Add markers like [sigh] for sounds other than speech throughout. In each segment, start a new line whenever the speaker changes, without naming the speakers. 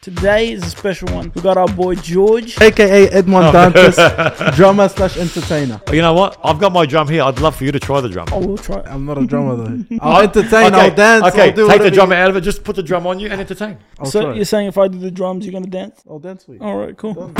Today is a special one. We got our boy George.
aka
Oh.
Edmond Dantes,
[laughs]
drummer slash entertainer.
You know what? I've got my drum here. I'd love for you to try the drum.
Oh, we'll try.
I'm not a drummer [laughs] though. I'll entertain. I'll dance. I'll
okay,
do
take the
whatever
drum
you-
out of it. Just put the drum on you and entertain.
I'll
so
try.
you're saying if I do the drums, you're gonna dance?
I'll dance with you.
All right, cool.
Oh,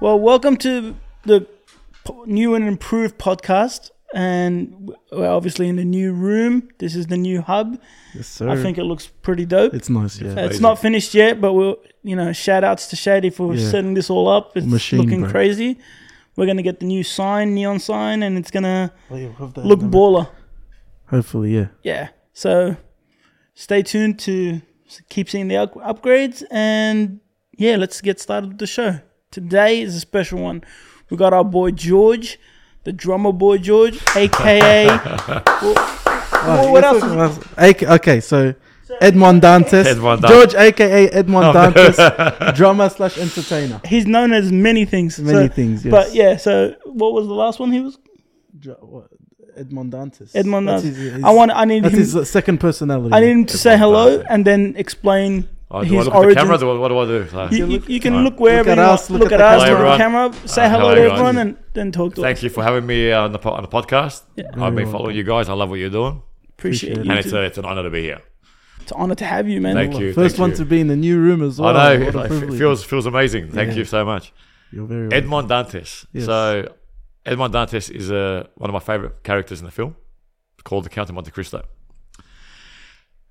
Well, welcome to the po- new and improved podcast, and we're obviously in the new room. This is the new hub.
Yes, sir.
I think it looks pretty dope. It's,
it's nice. Yeah.
amazing.
not finished yet, but we'll you know shout outs to Shady for
Yeah.
setting this all up. It's
Machine,
looking
bro.
crazy. We're gonna get the new sign, neon sign, and it's gonna look
Look,
baller.
hopefully, yeah.
yeah. So stay tuned to s- keep seeing the up- upgrades. And yeah, let's get started with the show. Today is a special one. We got our boy George, the drummer boy George, aka. Well, well, what else? is-
Okay, okay, so Edmond Dantes,
Edmond Dantes. Oh.
George, aka Edmond
[laughs]
Dantes, drummer slash entertainer.
He's known as many things.
Many
so-
things. Yes.
But yeah, so what was the last one he was?
Dr- what? Edmond Dantes.
Edmond.
That's
Nas-
his- his-
I want. I need
That's
him.
his uh, second personality.
I need him to say hello
Dantes.
and then explain
Oh, do I
his
look
origins.
at the camera? Do I- What do I do? So,
You, you, you can
Alright.
look wherever
Look at
you
us,
want.
look
Look,
at
at,
the
us,
camera.
look at the camera, say
Uh,
hello,
hello,
to
guys.
everyone, and then talk to us.
Thank you for having me uh, on the po- on the podcast.
Yeah.
I've been
You're
following you guys. I love what you're doing,
Appreciate,
Appreciate
you.
and it's uh,
too.
a, it's an honor to be here.
it's an honor to have you, man.
Thank you.
First
thank
one
you.
to be in the new room as well.
I know.
What a
It, it
privilege.
feels feels amazing. Thank
Yeah.
you so much.
You're very welcome.
Edmond Dantes.
Yes.
So Edmond Dantes is uh, one of my favorite characters in the film, called the Count of Monte Cristo.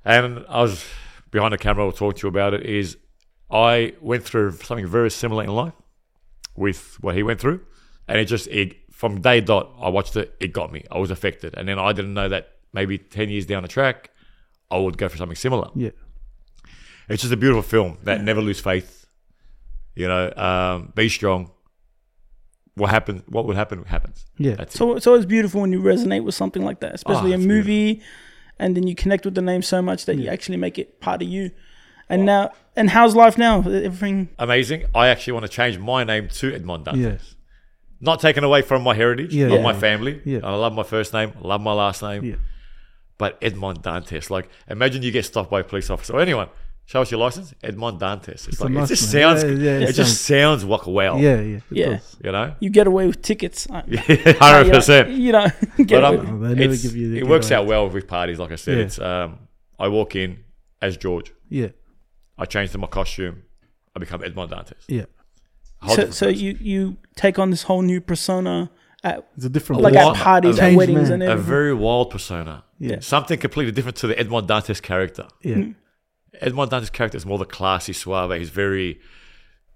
And I was behind the camera. I'll talk to you about it. Is I went through something very similar in life with what he went through, and it just it from day dot I watched it. It got me. I was affected, and then I didn't know that maybe ten years down the track, I would go for something similar
Yeah.
it's just a beautiful film that never lose faith. You know, um, be strong. What happened? What would happen? Happens.
Yeah.
That's it.
So it's always beautiful when you resonate with something like that, especially a
Ah, that's
movie, and then you connect with the name so much that you actually make it part of you. And now, and how's life now? Everything.
amazing. I actually want to change my name to Edmond Dantes.
Yeah.
Not taken away from my heritage,
Yeah.
not
Yeah.
my family.
Yeah.
And I love my first name. I love my last name.
Yeah.
But Edmond Dantes, like, imagine you get stopped by a police officer or anyone. Show us your license, Edmond Dantes. It's,
a
like it
nice
just
name.
sounds.
Yeah, yeah,
it
it
just sounds like well.
Yeah. Yeah. it
Yeah.
does. [laughs]
You know.
You get away with tickets. [laughs] Hundred
[laughs] Hundred percent.
You know, [laughs] get
But um,
away.
I'm,
with-
Oh, they never
it's-
give you the
it works
giveaway.
out well with parties, like I said.
Yeah.
It's um, I walk in as George.
Yeah.
I change to my costume. I become Edmond Dantes.
Yeah.
A whole
So,
different
so
person.
you you take on this whole new persona at
It's a different
like
world.
at
wild-
parties,
a
at
changed
weddings,
man.
and
a
everything.
very wild persona.
Yeah.
Something completely different to the Edmond Dantes character.
Yeah.
Hmm.
Edmond Dantes' character is more the classy suave. He's very,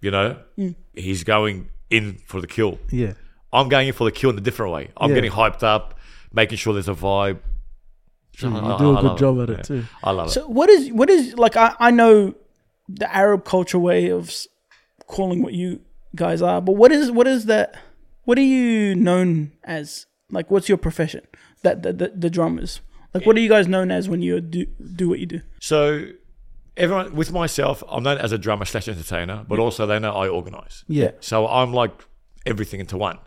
you know,
Mm.
he's going in for the kill.
Yeah.
I'm going in for the kill in a different way. I'm
Yeah.
getting hyped up, making sure there's a vibe.
You do a good job at it
too.
too.
I love it.
So what is what is like I, I know the Arab culture way of s- calling what you guys are, but what is what is that? What are you known as? Like, what's your profession? That the, the, the drummers. Like, what are you guys known as when you do do what you do?
So everyone with myself, I'm known as a drummer slash entertainer, but also they know I organise.
Yeah.
So I'm like everything into one.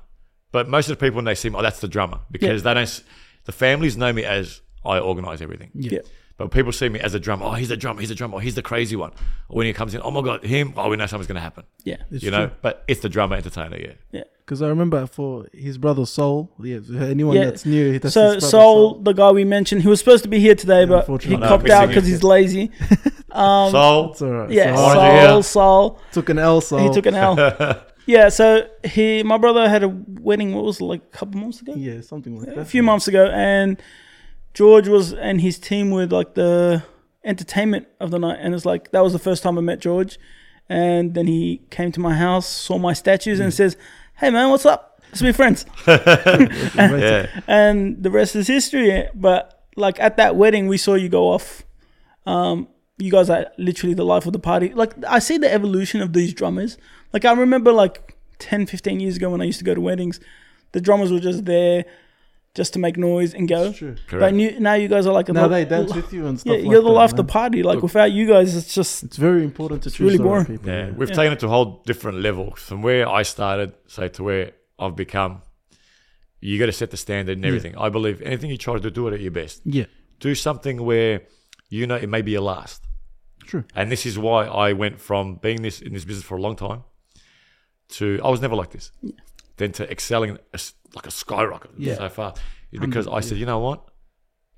But most of the people when they see me, oh, that's the drummer because they don't. s- The families know me as I organise everything.
Yeah.
But people see me as a drummer. Oh, he's a drummer. He's a drummer. Oh, he's the crazy one. Or when he comes in, oh my god, him. Oh, we know something's gonna happen.
Yeah.
It's
you know. But it's the drummer entertainer. Yeah.
Yeah.
Because I remember for his brother Soul, yeah, anyone
Yeah.
that's new, that's
so
his brother
Sol, the guy we mentioned, he was supposed to be here today, but he
unfortunately.
No,
copped
missing
out
it.
because he's
[laughs]
lazy.
so
Um, It's all right.
Yeah.
Sol
Orange
Sol,
are here.
Sol.
took an L. Soul.
He took an L.
[laughs]
yeah. So he, my brother, had a wedding. What was it, like a couple months ago?
yeah, something like that.
a few months ago, and George was and his team were like the entertainment of the night, and it's like that was the first time I met George, and then he came to my house, saw my statues,
Mm.
and says, "Hey man, what's up? Let's be friends."
yeah.
yeah.
And the rest is history. But like at that wedding, we saw you go off. Um, you guys are literally the life of the party. Like I see the evolution of these drummers. Like I remember like 10, 15 years ago when I used to go to weddings, the drummers were just there just to make noise and go.
It's true.
But
Correct.
new, now you guys are like a
Now
lo-
they dance with you and
[laughs]
stuff.
yeah,
like
you're the
that,
life of the
man.
party. Like without you guys, it's just
It's very important to choose
really
the right
boring.
people.
Yeah, we've
Yeah.
taken it to a whole different level from where I started, say, to where I've become. You got to set the standard and everything. I believe anything you try to do, do it at your best.
Yeah, [laughs]
Do something where you know it may be your last.
true.
And this is why I went from being this in this business for a long time to I was never like this. Then to excelling as- like a skyrocket
Yeah.
so far is because I said, you know what,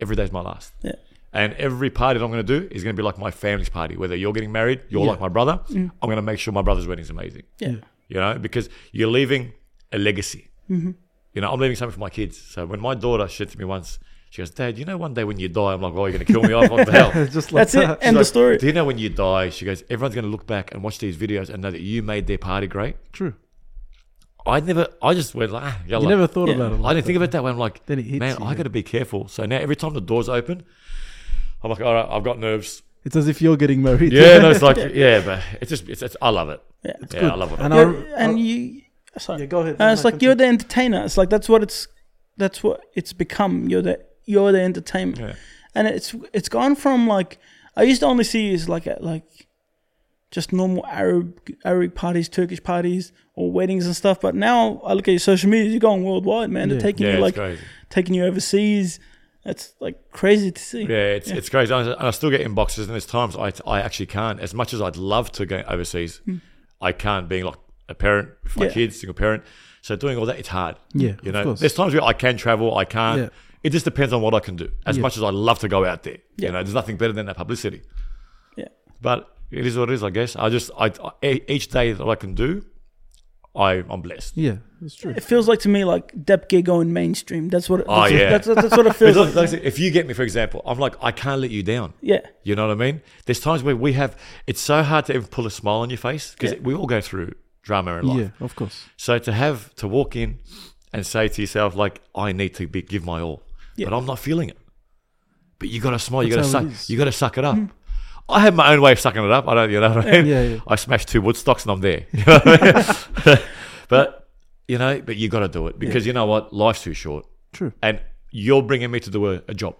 every day's my last.
Yeah.
And every party that I'm going to do is going to be like my family's party. Whether you're getting married, you're
Yeah.
like my brother. I'm going to make sure my brother's wedding's amazing.
yeah,
You know, because you're leaving a legacy.
Mm-hmm.
You know, I'm leaving something for my kids. So when my daughter said to me once, she goes, "Dad, you know, one day when you die, I'm like, oh, you're going to kill me
[laughs]
off. What the hell?"
It's just like
that's it.
that.
End
Like,
of story.
Do you know when you die? She goes, everyone's going to look back and watch these videos and know that you made their party great.
True.
I never, I just went like, ah,
You
yalla.
never thought
Yeah.
about it.
I
Like
didn't think of it that way. I'm like,
Then it hits
man,
you,
I got to be careful. So now every time the doors open, I'm like, all right, I've got nerves.
that. It's as if you're getting married. [laughs]
Yeah, no, it's like, yeah, but it's just, it's, it's I love it.
Yeah.
yeah, I love it.
And I,
You're- and you, sorry.
yeah, go ahead.
Uh, it's like you're the entertainer. It's like that's what it's that's what it's become. You're the you're the entertainment,
Yeah.
and it's it's gone from like I used to only see you as like a, like just normal Arab Arab parties, Turkish parties, or weddings and stuff. But now I look at your social media. You're going worldwide, man. They're
Yeah.
taking
Yeah,
you
it's
like
crazy.
taking you overseas. That's like crazy to see.
Yeah, it's, it's crazy. And I still get inboxes, and there's times I, I actually can't. As much as I'd love to go overseas,
Hmm.
I can't, being like a parent with my
Yeah.
kids, single parent. So doing all that, it's hard.
Yeah,
You
of
know,
course.
there's times where I can travel, I can't.
Yeah.
It just depends on what I can do. As
Yeah.
much as I love to go out there,
Yeah.
you know, there's nothing better than that publicity.
Yeah.
But it is what it is, I guess. I just, I, I e-, each day that I can do, I, I'm blessed.
Yeah, it's true.
It feels like to me like Depke going mainstream. That's what. It,
Oh,
that's,
yeah.
that's, that's, what
[laughs]
it feels like.
Because like- like if you get me, for example, I'm like, I can't let you down.
Yeah,
You know what I mean? There's times where we have, it's so hard to even pull a smile on your face because
Yeah.
we all go through drama in life.
Yeah, of course.
So to have, to walk in and say to yourself, like, I need to be, give my all,
Yeah.
but I'm not feeling it. But you got to smile, you got to
That's how
suck,
it is. Mm.
you got to suck it up. I have my own way of sucking it up. I don't, you know what I mean? [laughs]
Yeah, yeah.
I smash two wood stocks and
[laughs]
I'm there. You know what I mean? [laughs] but, you know, but you got to do it because you know what? Life's too short
True. Mm.
and you're bringing me to do a, a job.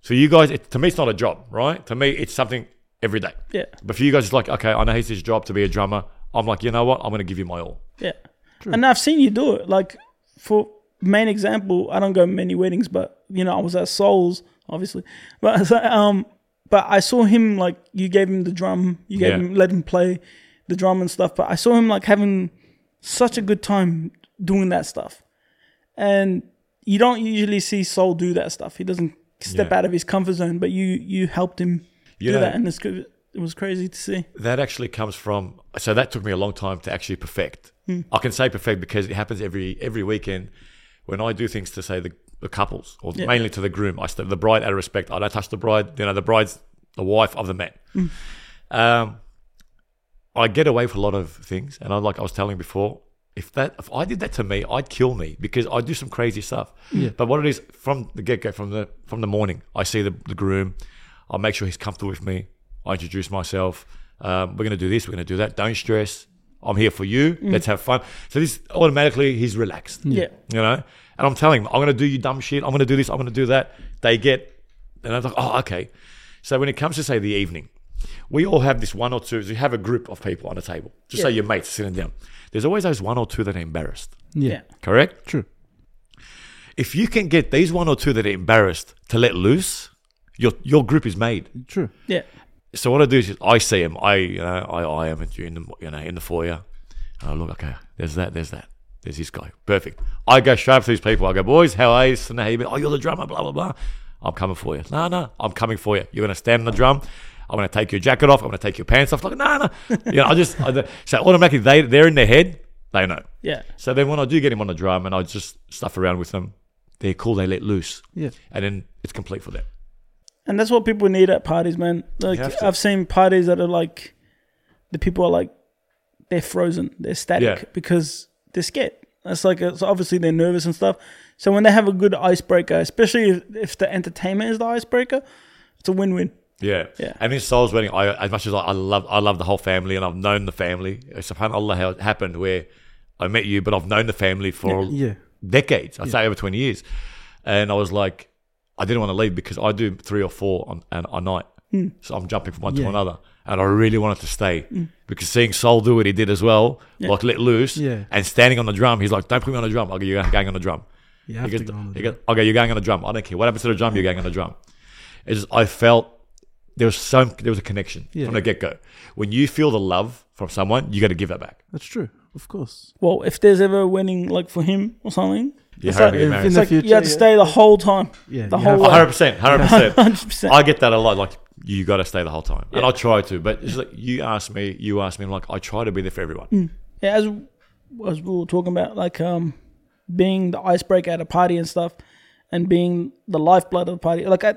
So you guys, it, to me, it's not a job, right? To me, it's something every day.
yeah,
But for you guys, it's like, okay, I know he's his job to be a drummer. I'm like, you know what? I'm going to give you my all.
yeah. And I've seen you do it. Like for main example, I don't go many weddings, but you know I was at Souls, obviously. [laughs] But so, um, but I saw him like you gave him the drum, you gave
Yeah.
him let him play the drum and stuff. But I saw him like having such a good time doing that stuff, and you don't usually see Soul do that stuff. He doesn't step
Yeah.
out of his comfort zone, but you you helped him do
You know-
that, and it's good. It was crazy to see.
That actually comes from, so that took me a long time to actually perfect.
Hmm.
I can say perfect because it happens every every weekend when I do things to say the, the couples or mainly to the groom. I st- the bride out of respect. I don't touch the bride. You know, the bride's the wife of the man. Um, I get away with a lot of things, and I like I was telling before, if that if I did that to me, I'd kill me because I do some crazy stuff.
Yeah.
But what it is from the get go, from the from the morning, I see the, the groom, I make sure he's comfortable with me. I introduce myself. Um, we're gonna do this. We're gonna do that. Don't stress. I'm here for you. Let's have fun. So this automatically he's relaxed.
Yeah.
You know, and I'm telling them, I'm going to do you dumb shit. I'm going to do this. I'm going to do that. They get, and I'm like, oh, okay. So when it comes to say the evening, we all have this one or two. You have a group of people on a table, just say your mates sitting down. There's always those one or two that are embarrassed.
Yeah,
Yeah.
Correct.
true.
If you can get these one or two that are embarrassed to let loose, your your group is made.
True.
Yeah.
So what I do is I see him. I you know I I am in the you know in the foyer. And I look okay. There's that. There's that. There's this guy. Perfect. I go straight up to these people. I go, boys, how are you? And how you been? Oh, you're the drummer. Blah blah blah. I'm coming for you. No, no, I'm coming for you. You're gonna stand on the drum. I'm gonna take your jacket off. I'm gonna take your pants off. Like no, no. You know, I just I, so automatically they they're in their head. They know.
Yeah.
So then when I do get him on the drum and I just stuff around with them, they're cool. They let loose,
Yeah,
and then it's complete for them.
And that's what people need at parties, man. Like
have to.
I've seen parties that are like the people are like they're frozen, they're static
Yeah.
because they're scared. That's like it's obviously they're nervous and stuff. So when they have a good icebreaker, especially if, if the entertainment is the icebreaker, it's a win-win.
Yeah.
Yeah.
And in Soul's wedding, I as much as I, I love I love the whole family and I've known the family. uh, Subhanallah how it happened where I met you, but I've known the family for
Yeah.
decades. I'd say over twenty years. And I was like, I didn't want to leave because I do three or four on an, a night. So I'm jumping from one to
Hmm. Yeah. Hmm.
another. And I really wanted to stay. Because seeing Soul do what he did as well, like let loose
Yeah.
and standing on the drum, he's like, Don't put me on the drum. I'll go, you're going on the drum.
You have
He
to
goes,
go on
he
the
goes, okay, you're going on the drum. I don't care. What happens to the drum, you're going on the drum. It's just, I felt there was some there was a connection
Yeah.
from the get go. When you feel the love from someone, you got to give that back.
That's true. Of course.
Well, if there's ever a wedding like for him or something,
You
It's
have to
like-
get
if
married.
in
it's
the
like you
future,
have to
yeah.
stay the whole time.
Yeah,
the
you
whole
have-
way. [laughs]
hundred percent, hundred percent.
100%.
I get that a lot. Like you got to stay the whole time, and I try to. But it's like you ask me, you ask me. I'm like I try to be there for everyone.
yeah, as as we were talking about, like um, being the icebreaker at a party and stuff, and being the lifeblood of the party. Like at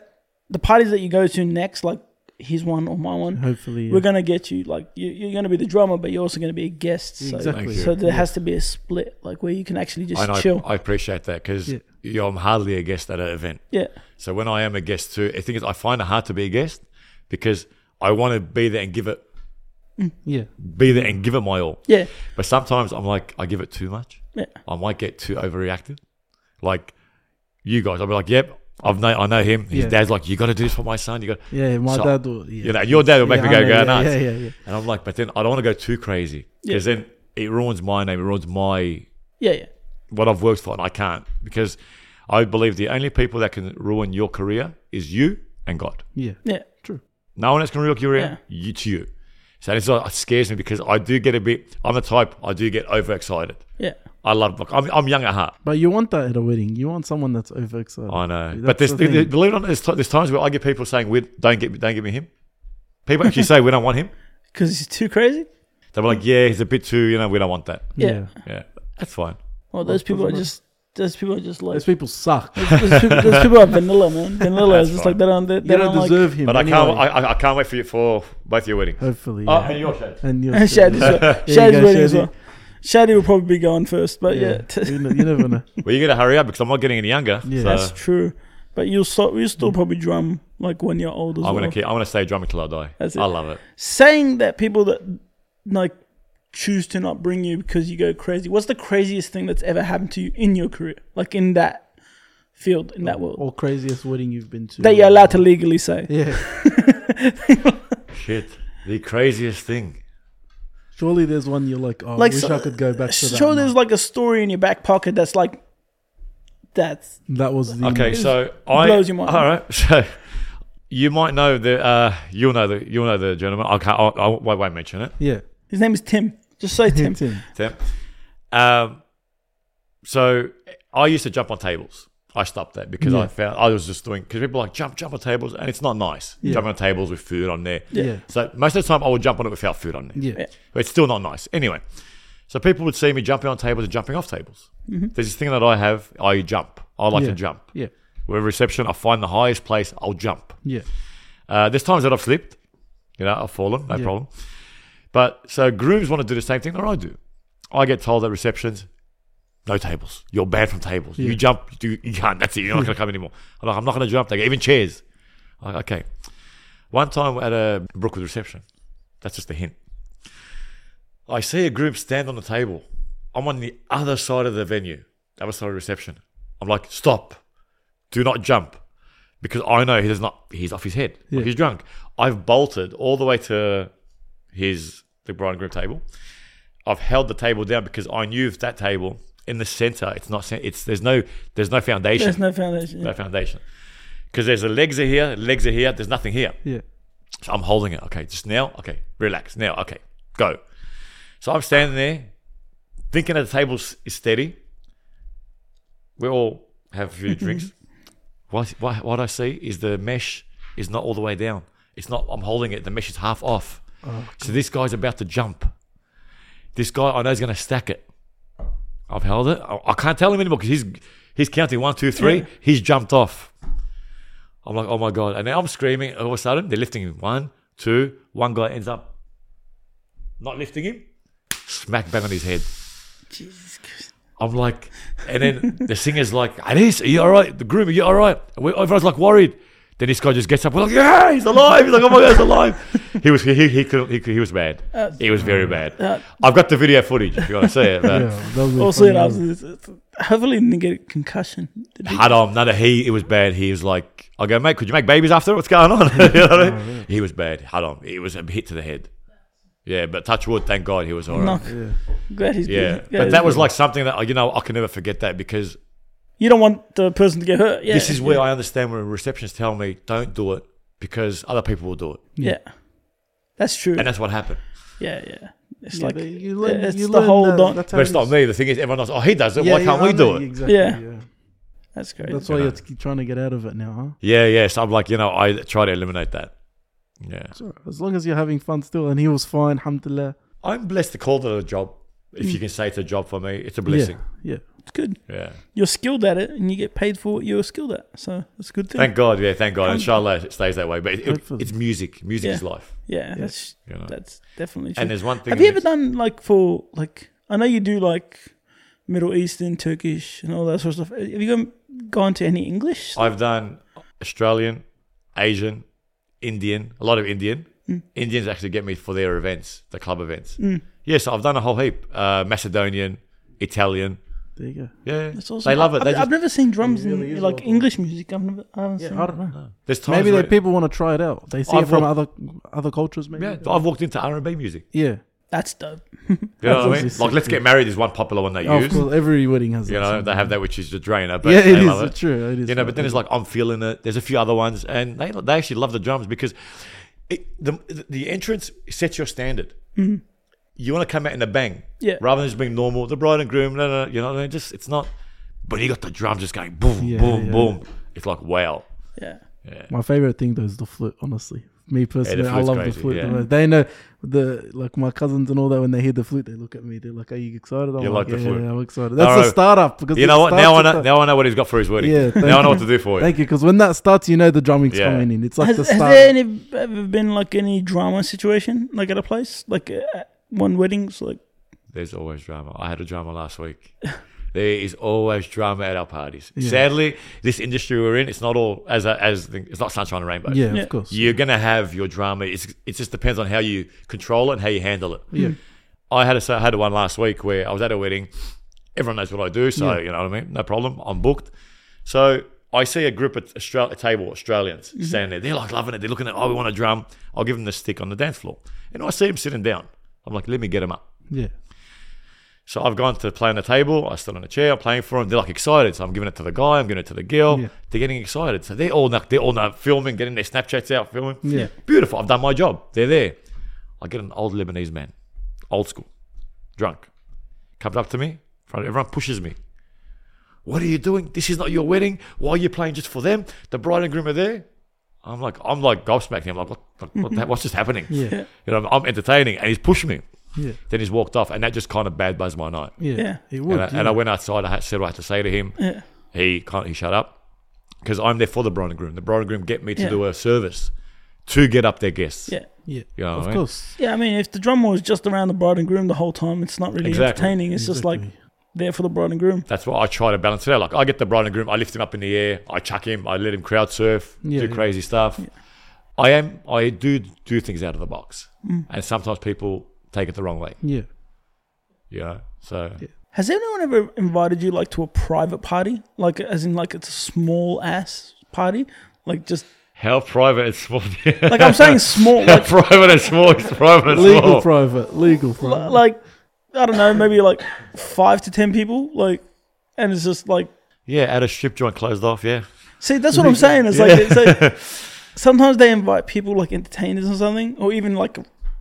the parties that you go to next, like his one or my one,
Hopefully. yeah.
we're gonna get you. Like you, you're gonna be the drummer, but you're also gonna be a guest. So,
Exactly.
Thank you.
so there has to be a split, like where you can actually just
And I,
chill.
I appreciate that because
Yeah.
I'm hardly a guest at an event.
yeah,
So when I am a guest too, I think it's, I find it hard to be a guest because I want to be there and give it,
Yeah.
be there and give it my all.
yeah,
But sometimes I'm like, I give it too much.
Yeah.
I might get too overreactive. Like you guys, I'll be like, yep, I've know, I know him. His
Yeah.
dad's like, you got to do this for my son. You got,
Yeah. My
So-
dad will. Yeah.
you know, your dad will make
yeah,
me go
I know,
go
yeah,
nuts.
Yeah. Yeah. Yeah.
And I'm like, but then I don't want to go too crazy because then it ruins my name. It ruins my
yeah, yeah.
what I've worked for, and I can't because I believe the only people that can ruin your career is you and God.
Yeah.
yeah.
No one else can ruin your career. You to you. So it's like, it scares me because I do get a bit. I'm the type I do get overexcited.
Yeah.
I love. Like, I'm, I'm young at heart.
But you want that at a wedding. You want someone that's overexcited.
Oh, I know.
That's
but there's,
the
th- th-
thing.
believe it or not, there's, t- there's times where I get people saying, "We don't get, me- don't give me him." People actually say, "We don't want him."
Because he's too crazy.
They were like, "Yeah, he's a bit too. You know, we don't want that."
Yeah.
Yeah, that's fine.
Well, those people are
doesn't
just those people are just like
Those people suck.
those people, those people are vanilla, man. Vanilla is
That's
just
fine.
like they don't they, they
you don't
don't
deserve him.
But I
anyway.
can't. I, I- I can't wait for you for both your weddings.
Hopefully.
Oh,
Yeah.
and your show.
[laughs]
and you're
like Shad as well.
you
Shad's
go,
wedding as
Shadi.
well. Shady will probably be going first, but yeah, [laughs]
you, ne- you never know.
Well, you got to hurry up because I'm not getting any younger.
Yeah.
so
that's true. But you'll so, you'll still probably drum like when you're old as
I'm
well.
gonna keep. I'm gonna stay drumming till I die.
That's it.
I love it.
Saying that people that like choose to not bring you because you go crazy. What's the craziest thing that's ever happened to you in your career, like in that field, in that world
Or craziest wedding you've been to.
that you're allowed to legally say?
Yeah.
Shit, the craziest thing.
Surely there's one you're like, oh,
Like,
I wish
so-
I could go back to that.
Sure,
night.
there's like a story in your back pocket that's like that's
That was the
Okay,
It's-
so I
blows your mind.
All right, [laughs] so you might know the. Uh, you'll know the. You'll know the gentleman. I can't. I, I won't, won't mention it.
Yeah.
His name is Tim. Just
[laughs]
say Tim.
Tim.
Tim. Um, so I used to jump on tables. I stopped that because I
Yeah.
found I was just doing because people are like jump jump on tables and it's not nice
Yeah.
jumping on tables with food on there.
Yeah. Yeah.
So most of the time I would jump on it without food on there.
Yeah.
But it's still not nice. Anyway, so people would see me jumping on tables and jumping off tables. There's this thing that I have. I jump. I like
Mm-hmm.
to
Yeah.
jump.
Yeah.
With reception, I find the highest place. I'll jump.
Yeah.
Uh, there's times that I've slipped. You know, I've fallen. No
Yeah.
problem. But so grooms want to do the same thing that I do. I get told at receptions, no tables. You're banned from tables. You
Yeah.
jump. You, you can't. That's it.
[laughs]
You're not going to come anymore. I'm like, I'm not going to jump. They go, even chairs. I'm like, okay. One time at a Brookwood reception. That's just a hint. I see a group stand on the table. I'm on the other side of the venue, the other side of reception. I'm like, stop. Do not jump. Because I know he does not he's off his head.
Yeah.
Like, he's drunk. I've bolted all the way to his the bride and groom table. I've held the table down because I knew if that table in the center, it's not cen- it's there's no there's no foundation.
There's no foundation.
no foundation. Because there's the legs are here, legs are here, there's nothing here.
Yeah.
So I'm holding it. Okay, just now. Okay, relax. Now, okay, go. So I'm standing there, thinking that the table s- is steady. We all have a few drinks. What, what, what I see is the mesh is not all the way down. It's not, I'm holding it. The mesh is half off. so this guy's about to jump. This guy, I know, is going to stack it. I've held it. I, I can't tell him anymore because he's, he's counting one, two, three.
Yeah.
He's jumped off. I'm like, oh my god! And now I'm screaming. All of a sudden, they're lifting him. One, two, one guy ends up not lifting him. Smack bang on his head.
Jesus Christ.
I'm like, and then the singer's like, Anis, are you all right? The groom, are you all right? And we- Everyone's like worried. Then this guy just gets up. We're like, yeah, he's alive. He's like, oh my god, he's alive. He was he he he, couldn't, he, could- he was bad.
Uh,
he was very bad. I've got the video footage if you want to see it. But
Yeah, that was
Also,
funny.
I was, it's- it's- hopefully, he didn't get a concussion. Did he?
had on, not a he. It was bad. He was like, I go, mate, could you make babies after? What's going on? [laughs] You know what I mean? He was bad. Had on. It was a hit to the head. Yeah, but touch wood. Thank God he was all right.
No, glad he's
Yeah,
Good.
but that was like something that you know I can never forget that because
you don't want the person to get hurt. Yeah,
this is where I understand when receptionists tell me don't do it because other people will do it,
yeah, that's true.
and uh, that's what happened.
Yeah, yeah. It's
Yeah,
like
but you learn,
it's
you
the
learn
whole
that-
don't-
that's how
But it's not
you-
me. The thing is, everyone else. Oh, he does it.
Yeah,
Why
yeah,
can't
I
we
know,
do it?
Exactly.
Yeah.
Yeah.
that's crazy.
That's why
Yeah.
you're t- trying to get out of it now, huh?
Yeah, yeah. So I'm like, you know, I try to eliminate that. Yeah,
It's all right. As long as you're having fun still, and he was fine, alhamdulillah.
I'm blessed to call it a job. If you can say it's a job for me, it's a blessing.
Yeah, yeah.
it's good.
Yeah.
You're skilled at it, and you get paid for what you're skilled at. So it's a good thing.
Thank God. Yeah, thank God. Inshallah, it stays that way. But it,
Good for them.
it's music. Music
Yeah.
is life.
yeah, that's
You know.
that's definitely true.
And there's one thing.
Have you
that-
ever done like for like? I know you do like Middle Eastern, Turkish, and all that sort of stuff. Have you gone gone to any English?
I've done Australian, Asian, Indian, a lot of Indian.
Mm.
Indians actually get me for their events, the club events. Yes, I've done a whole heap. Uh, Macedonian, Italian.
There you go.
Yeah,
That's awesome.
they love it.
I've,
They
I've
just,
never seen drums
It really
in
is
like
local.
English music. I've never. I haven't seen.
I don't know.
there's times
Maybe
where,
that people want to try it out. They see
I've
it from other other cultures, maybe.
Yeah, I've walked into R and B music.
yeah.
That's dope.
You know what I
obviously
mean?
sick,
Like, let's
yeah.
get married is one popular one they
Oh, of
use.
course, every wedding has
You
that.
know,
somewhere.
they have that which is the drainer, but
yeah,
they
it
love
is
it.
it's true. It is.
You know, but then it's like I'm feeling it. There's a few other ones, and they they actually love the drums because it, the the entrance sets your standard.
Mm-hmm.
You want to come out in a bang,
Yeah.
rather than just being normal. The bride and groom, no, no, you know, they just it's not. But you got the drums just going boom,
Yeah,
boom,
yeah.
boom. It's like wow.
Yeah.
my favorite thing though is the flute. Honestly, me personally, I
flute's
love
crazy,
the flute. the
yeah.
most. They know the like my cousins and all that. When they hear the flute, they look at me. They're like, "Are you excited?" I'm
You like
yeah,
the flute.
yeah, I'm excited. That's
Alright.
a startup because
You
it
know what? Now I
starts with
know,
that-
now I know what he's got for his wedding.
Yeah, thank
[laughs] now I
you.
know what to do for you.
Thank you, because when that starts, you know the drumming's
Yeah.
coming in. It's like
has,
the
has
start.
there any, ever been like any drama situation like at a place like uh, at one wedding's like
There's always drama. I had a drama last week. There is always drama at our parties. Sadly, this industry we're in, it's not all as a, as the, it's not sunshine and rainbows.
yeah,
Yeah.
of course.
you're gonna have your drama. It's it just depends on how you control it and how you handle it.
Yeah.
I had a I had one last week where I was at a wedding. Everyone knows what I do, so
Yeah.
you know what I mean. No problem. I'm booked. So I see a group at Austra- a table Australians
Mm-hmm.
standing there. They're like loving it. They're looking at oh we want a drum. I'll give them the stick on the dance floor, and I see them sitting down. I'm like let me get them up.
yeah.
So I've gone to play on the table. I stood on a chair. I'm playing for them. They're like excited. So I'm giving it to the guy. I'm giving it to the girl.
Yeah.
They're getting excited. So they're all now, they're all now filming, getting their Snapchats out, filming.
Yeah.
Beautiful. I've done my job. They're there. I get an old Lebanese man, old school, drunk, comes up to me. in front of Everyone pushes me. What are you doing? This is not your wedding. Why are you playing just for them? The bride and groom are there. I'm like, I'm like gobsmacked. I'm like, what, what, what the heck- what's just happening?
[laughs] Yeah.
You know, I'm entertaining, and he's pushed me.
Yeah.
Then he's walked off, and that just kind of bad buzzed my night.
Yeah.
Yeah.
It would.
And I, and I went outside. I had, said what I had to say to him.
yeah
He can't. He shut up because I'm there for the bride and groom. The bride and groom get me to
Yeah.
do a service to get up their guests.
yeah
yeah.
You know what I
Of
mean?
course.
yeah I mean if the drama was just around the bride and groom the whole time it's not really
Exactly.
entertaining it's just like
Exactly.
there for the bride and groom
That's why I try to balance it out. Like I get the bride and groom. I lift him up in the air. I chuck him. I let him crowd surf.
Yeah,
do
yeah.
crazy stuff. I am. I do do things out of the box,
Mm.
and sometimes people take it the wrong way. [laughs]
Yeah.
You know. So
has anyone ever invited you like to a private party like as in like it's a small ass party like just
how private and small. [laughs]
like I'm saying small
how
like,
private and small is private and
Legal
small.
private. Legal private.
Uh, [laughs] like I don't know maybe like five to ten people like and it's just like
yeah, at a strip joint closed off. Yeah.
See, that's what I'm saying. It's like, it's like sometimes they invite people like entertainers or something, or even like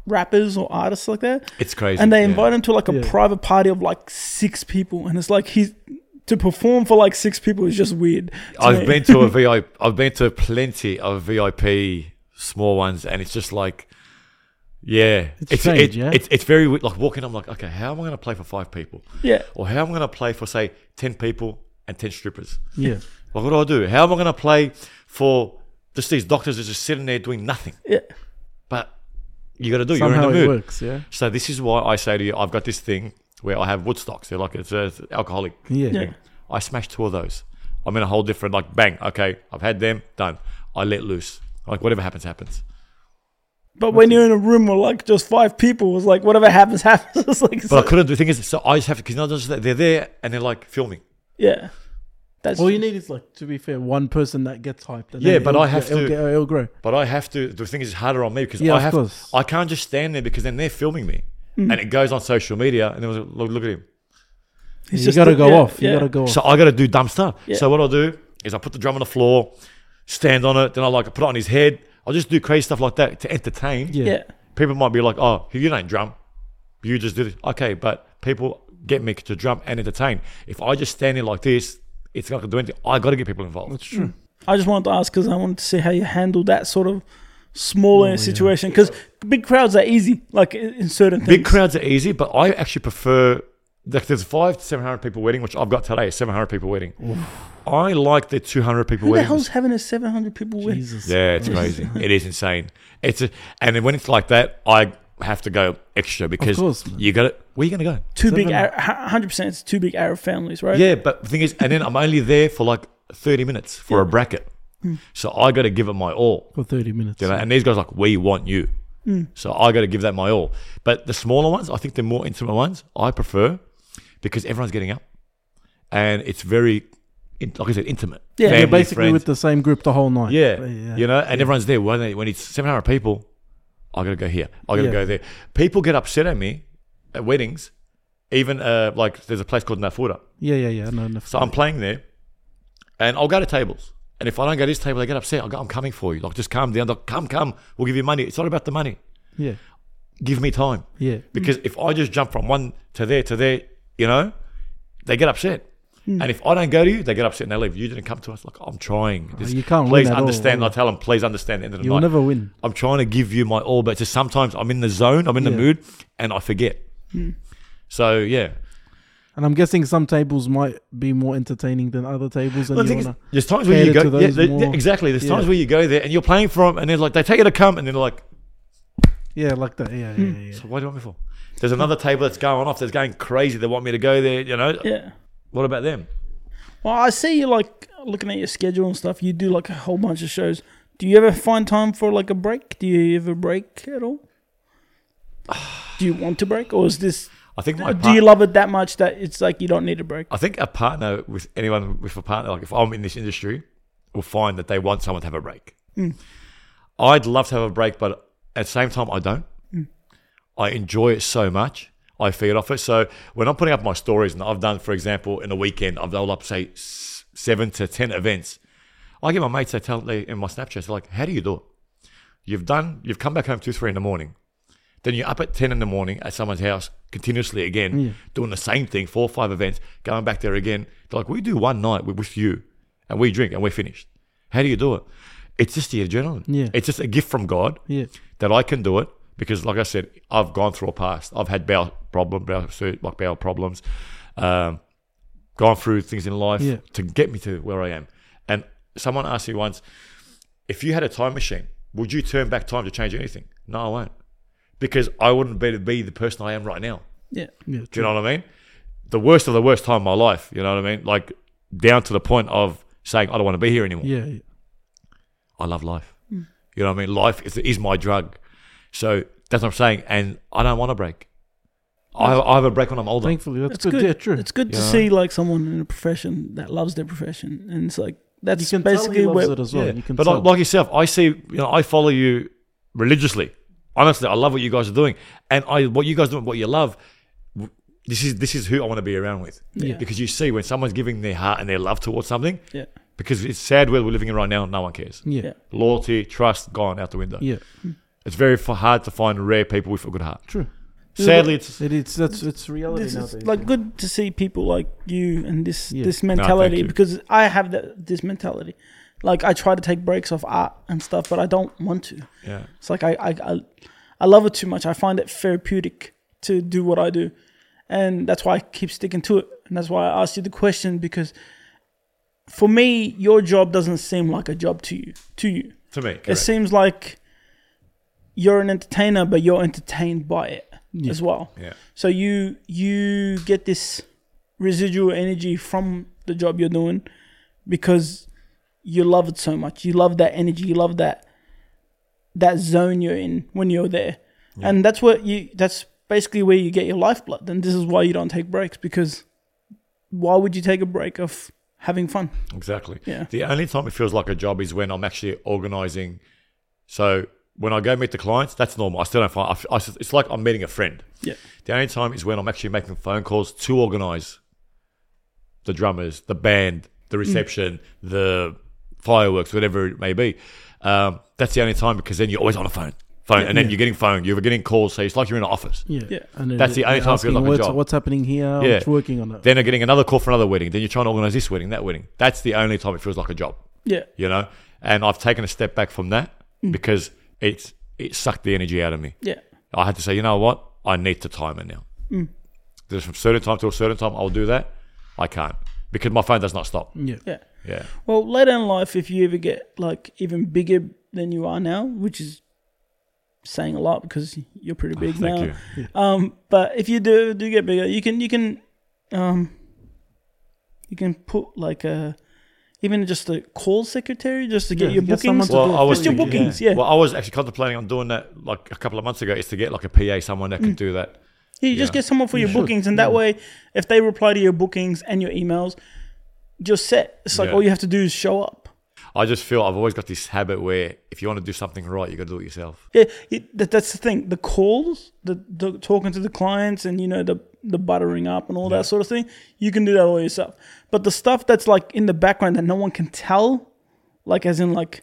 rappers or artists like that,
It's crazy.
and they
yeah.
invite him to like a
Yeah.
private party of like six people, and it's like he's to perform for like six people is just weird. to me.
I've been to a
[laughs]
VIP. I've been to plenty of VIP small ones, and it's just like, yeah,
It's strange,
it-
yeah?
it's it's very weird. like walking. I'm like, okay, how am I going to play for five people,
yeah,
or how am I going to play for say ten people and ten strippers?
yeah.
Like, what do I do? How am I going to play for just these doctors who's just sitting there doing nothing?
yeah,
But you got to do.
Somehow
you're in
it
the mood.
works. Yeah.
So this is why I say to you, I've got this thing. where I have Woodstocks. They're like it's, uh, it's alcoholic.
Yeah.
Yeah.
I smashed two of those. I'm in a whole different like bang. Okay, I've had them done. I let loose. Like whatever happens, happens.
But when you're in a room with like just five people, it's like whatever happens, [laughs] happens. It's like,
But I couldn't. The thing is, so I just have to because not just that they're there and they're like filming.
yeah. That's
All you need is like, to be fair, one person that gets hyped. and
Yeah,
then
but
it'll-
I have
it'll
to-
get- it'll grow.
But I have to. The thing is, it's harder on me because
Yeah,
I
of
have.
course. Mm-hmm.
I can't just stand there because then they're filming me, and it goes on social media. And there was a, look, look at him.
It's
you
just
got to
the-
go
yeah,
off.
yeah.
You got to go off.
So I got to do dumb stuff.
Yeah.
So what I'll do is I put the drum on the floor, stand on it, then I like put it on his head. I'll just do crazy stuff like that to entertain.
Yeah.
yeah.
People might be like, "Oh, you don't drum, you just did it." Okay, but people get me to drum and entertain. If I just stand there like this, it's not gonna do anything. I got to get people involved.
That's true.
I just wanted to ask because I wanted to see how you handle that sort of smaller
yeah.
situation. 'Cause situation. Because big crowds are easy, like in in certain
Big
things.
crowds are easy, but I actually prefer like there's five to seven hundred people wedding, which I've got today, seven hundred people wedding. I like the two hundred people
Who the
wedding.
hell's having a 700 people wedding?
Jesus.
yeah, it's crazy. it is insane. It's a, and then when it's like that, I have to go extra because
course, man.
you got to Where you gonna go?
Two big,
Seven-
Arab, 100% it's two big Arab families, right?
Yeah, but the thing is, and then I'm only there for like thirty minutes for a bracket, so I got to give it my all.
For 30 minutes.
You know, and these guys are like we want you, so I got to give that my all. But the smaller ones, I think the more intimate ones, I prefer because everyone's getting up, and it's very, in- like I said, intimate.
Yeah. Yeah,
You're
Family,
basically
friends.
with the same group the whole night.
Yeah,
But
you know, and everyone's there. When, they, when it's 700 people, I gotta go here. I gotta
Yeah.
go there. People get upset at me at weddings. Even uh, like there's a place called Nafuda,
Yeah, yeah, yeah. No, no.
so I'm playing there, and I'll go to tables. And if I don't go to this table, they get upset. I go, I'm coming for you. Like just calm down. Like, come, come. We'll give you money. It's not about the money.
Yeah,
Give me time.
yeah.
Because if I just jump from one to there to there, you know, they get upset.
Hmm.
And if I don't go to you, they get upset and they leave. You didn't come to us. Like I'm trying. Just
Oh, you can't win
please
at all,
understand.
yeah.
I tell them, please understand. End of the
You'll
night.
never win.
I'm trying to give you my all, but just sometimes I'm in the zone, I'm in the
Yeah. Hmm.
mood, and I forget. So yeah,
And I'm guessing some tables might be more entertaining than other tables. And
Well, the
you
thing
wanna,
is, there's times where you
cater
go,
to
yeah,
those
there-
more-
yeah, exactly. There's
yeah.
times where you go there and you're playing for them, and they're like, they take you to come, and they're like,
yeah, like that. Yeah, yeah, yeah.
so what do you want me for? There's another table that's going off, that's going crazy. They want me to go there. You know,
Yeah.
what about them?
Well, I see you like looking at your schedule and stuff. You do like a whole bunch of shows. Do you ever find time for like a break? Do you ever break at all? do you want to break, or is this?
I think my
Do
part-
you love it that much that it's like you don't need a break?
I think a partner with anyone with a partner, like if I'm in this industry, will find that they want someone to have a break. I'd love to have a break, but at the same time, I don't. I enjoy it so much. I feed off it. So when I'm putting up my stories, and I've done, for example, in a weekend, I've done up say s- seven to ten events. I get my mates. They tell me in my Snapchats, they're like, "How do you do it? You've done. You've come back home two, three in the morning. Then you're up at 10 in the morning at someone's house continuously again, doing the same thing, four or five events, going back there again. They're like, we do one night with- with you and we drink and we're finished. How do you do it? It's just the adrenaline.
Yeah.
It's just a gift from God
Yeah.
that I can do it because, like I said, I've gone through a past. I've had bowel problem, bowel, sur- like bowel problems, um, gone through things in life
Yeah.
to get me to where I am. And someone asked me once, if you had a time machine, would you turn back time to change anything? No, I won't, because I wouldn't be, be the person I am right now.
Yeah.
yeah.
Do you know what I mean? The worst of the worst time of my life. You know what I mean? Like down to the point of saying I don't want to be here anymore.
Yeah, yeah.
I love life.
Mm.
You know what I mean? Life is, is my drug. So that's what I'm saying. And I don't want a break. I, I have a break when I'm older.
Thankfully, that's
It's
good.
good.
Yeah, true.
It's good to
Yeah.
see like someone in a profession that loves their profession, and it's like
you
that's
can
basically
tell he loves
where.
it as well.
yeah.
You can
But
tell.
like, like yourself, I see, you know, I follow you religiously. Honestly, I love what you guys are doing. And I what you guys do, what you love, w- this is this is who I want to be around with.
Yeah.
Because you see when someone's giving their heart and their love towards something,
Yeah.
because it's sad where we're living in right now, no one cares.
yeah,
Yeah.
Loyalty, trust, gone out the window.
Mm. yeah,
It's very f- hard to find rare people with a good heart.
true.
Sadly, it's
It is. That's it's reality
This
nowadays.
is like good to see people like you and this
Yeah.
this
thank
mentality
you.
because I have that this mentality. Like I try to take breaks off art and stuff, but I don't want to.
yeah.
It's like I, I, I, I love it too much. I find it therapeutic to do what I do. And that's why I keep sticking to it. And that's why I asked you the question because for me, your job doesn't seem like a job to you. To you.
To me,
It
correct.
seems like you're an entertainer, but you're entertained by it. as well.
Yeah.
So you you get this residual energy from the job you're doing because you love it so much. You love that energy. You love that that zone you're in when you're there, and that's what you. That's basically where you get your lifeblood. And this is why you don't take breaks because why would you take a break of having fun?
Exactly.
Yeah.
The only time it feels like a job is when I'm actually organizing. So when I go meet the clients, that's normal. I still don't find. I, I, it's like I'm meeting a friend.
Yeah.
The only time is when I'm actually making phone calls to organize the drummers, the band, the reception, the fireworks, whatever it may be. Um, that's the only time because then you're always on a phone, phone, and then you're getting phone, you're getting calls. So it's like you're in an office.
Yeah.
Yeah.
And then
That's the
they're
only time I feel
asking
like a
what's,
job.
what's happening here? I'm
Yeah.
just working on it.
Then you're getting another call for another wedding. Then you're trying to organize this wedding, that wedding. That's the only time it feels like a job.
Yeah.
you know. And I've taken a step back from that
Mm.
because it's it sucked the energy out of me.
Yeah.
I had to say, you know what, I need to time it now.
Mm.
There's from certain time to a certain time, I'll do that. I can't because my phone does not stop.
yeah.
Yeah.
Yeah,
Well, later in life, if you ever get like even bigger than you are now, which is saying a lot because you're pretty
[laughs]
big
thank
now.
you.
Um, but if you do do get bigger, you can you can um, you can put like a even just a call secretary just to get
Yeah,
your
get someone
bookings.
to do
Well,
it
I was
Just
for
your
you.
thinking-
bookings, yeah.
Well, I was actually contemplating on doing that like a couple of months ago. Is to get like a PA, someone
Mm.
that can do that.
Yeah, you just
Yeah.
get someone for your bookings, and that way, if they reply to your bookings and your emails, you're set. It's like
Yeah.
all you have to do is show up.
I just feel I've always got this habit where if you want to do something right, you got to do it yourself.
Yeah, it, that, that's the thing. The calls, the, the talking to the clients, and you know the the buttering up and all that sort of thing. You can do that all yourself. But the stuff that's like in the background that no one can tell, like as in like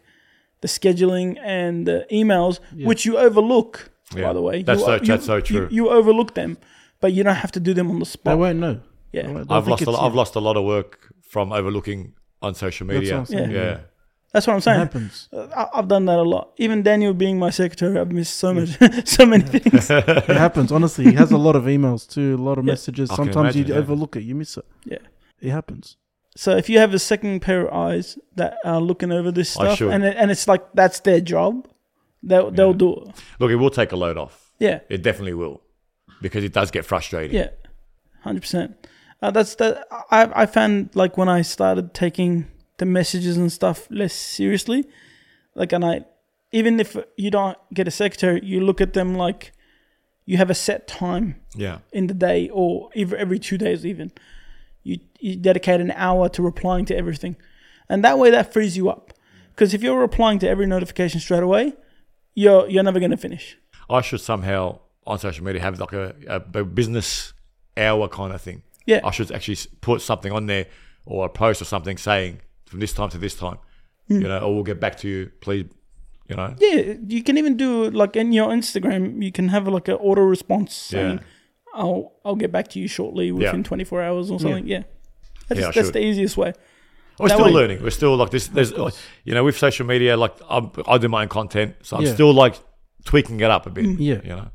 the scheduling and the emails, which you overlook.
Yeah.
By the way,
That's
you,
so-
you-
that's so
you-
true.
You, overlook them, but you don't have to do them on the
They
spot.
won't know.
Yeah.
They won't- I
I've
think
lost a
it's-
lot. I've lost a lot of work from overlooking on social
That's what
media.
I'm saying,
yeah.
yeah.
That's what I'm
It
saying.
happens.
I- I've done that a lot. Even Daniel being my secretary, I've missed so much, [laughs] so
[laughs]
many things.
It happens. Honestly, he has a lot of emails too, a lot
[laughs]
of
Yeah.
messages.
I can
Sometimes you
imagine, yeah.
overlook it, you miss it.
Yeah.
It happens.
So if you have a second pair of eyes that are looking over this
I
stuff,
should.
and it, and it's like that's their job, they'll they'll do it.
Look, it will take a load off.
Yeah,
It definitely will, because it does get frustrating.
yeah, hundred percent. Uh, that's that. I I found like when I started taking the messages and stuff less seriously, like and I, even if you don't get a secretary, you look at them like you have a set time
yeah.
in the day or ev- every two days even you, you dedicate an hour to replying to everything and that way that frees you up because if you're replying to every notification straight away you're you're never going to finish
I should somehow on social media have like a, a b- business hour kind of thing.
Yeah.
I should actually s- put something on there or a post or something saying from this time to this time, you know, or we'll get back to you, please, you know.
Hmm. yeah you can even do like in your instagram you can have like an auto response saying
Yeah.
i'll i'll get back to you shortly within 24 hours or something yeah, that's,
Yeah, I
that's
should.
the easiest way
We're
That
still
way-
learning. We're still like this. There's, you know, with social media, like I'm, I do my own content, so I'm
Yeah.
still like tweaking it up a
Hmm.
bit.
Yeah.
You know,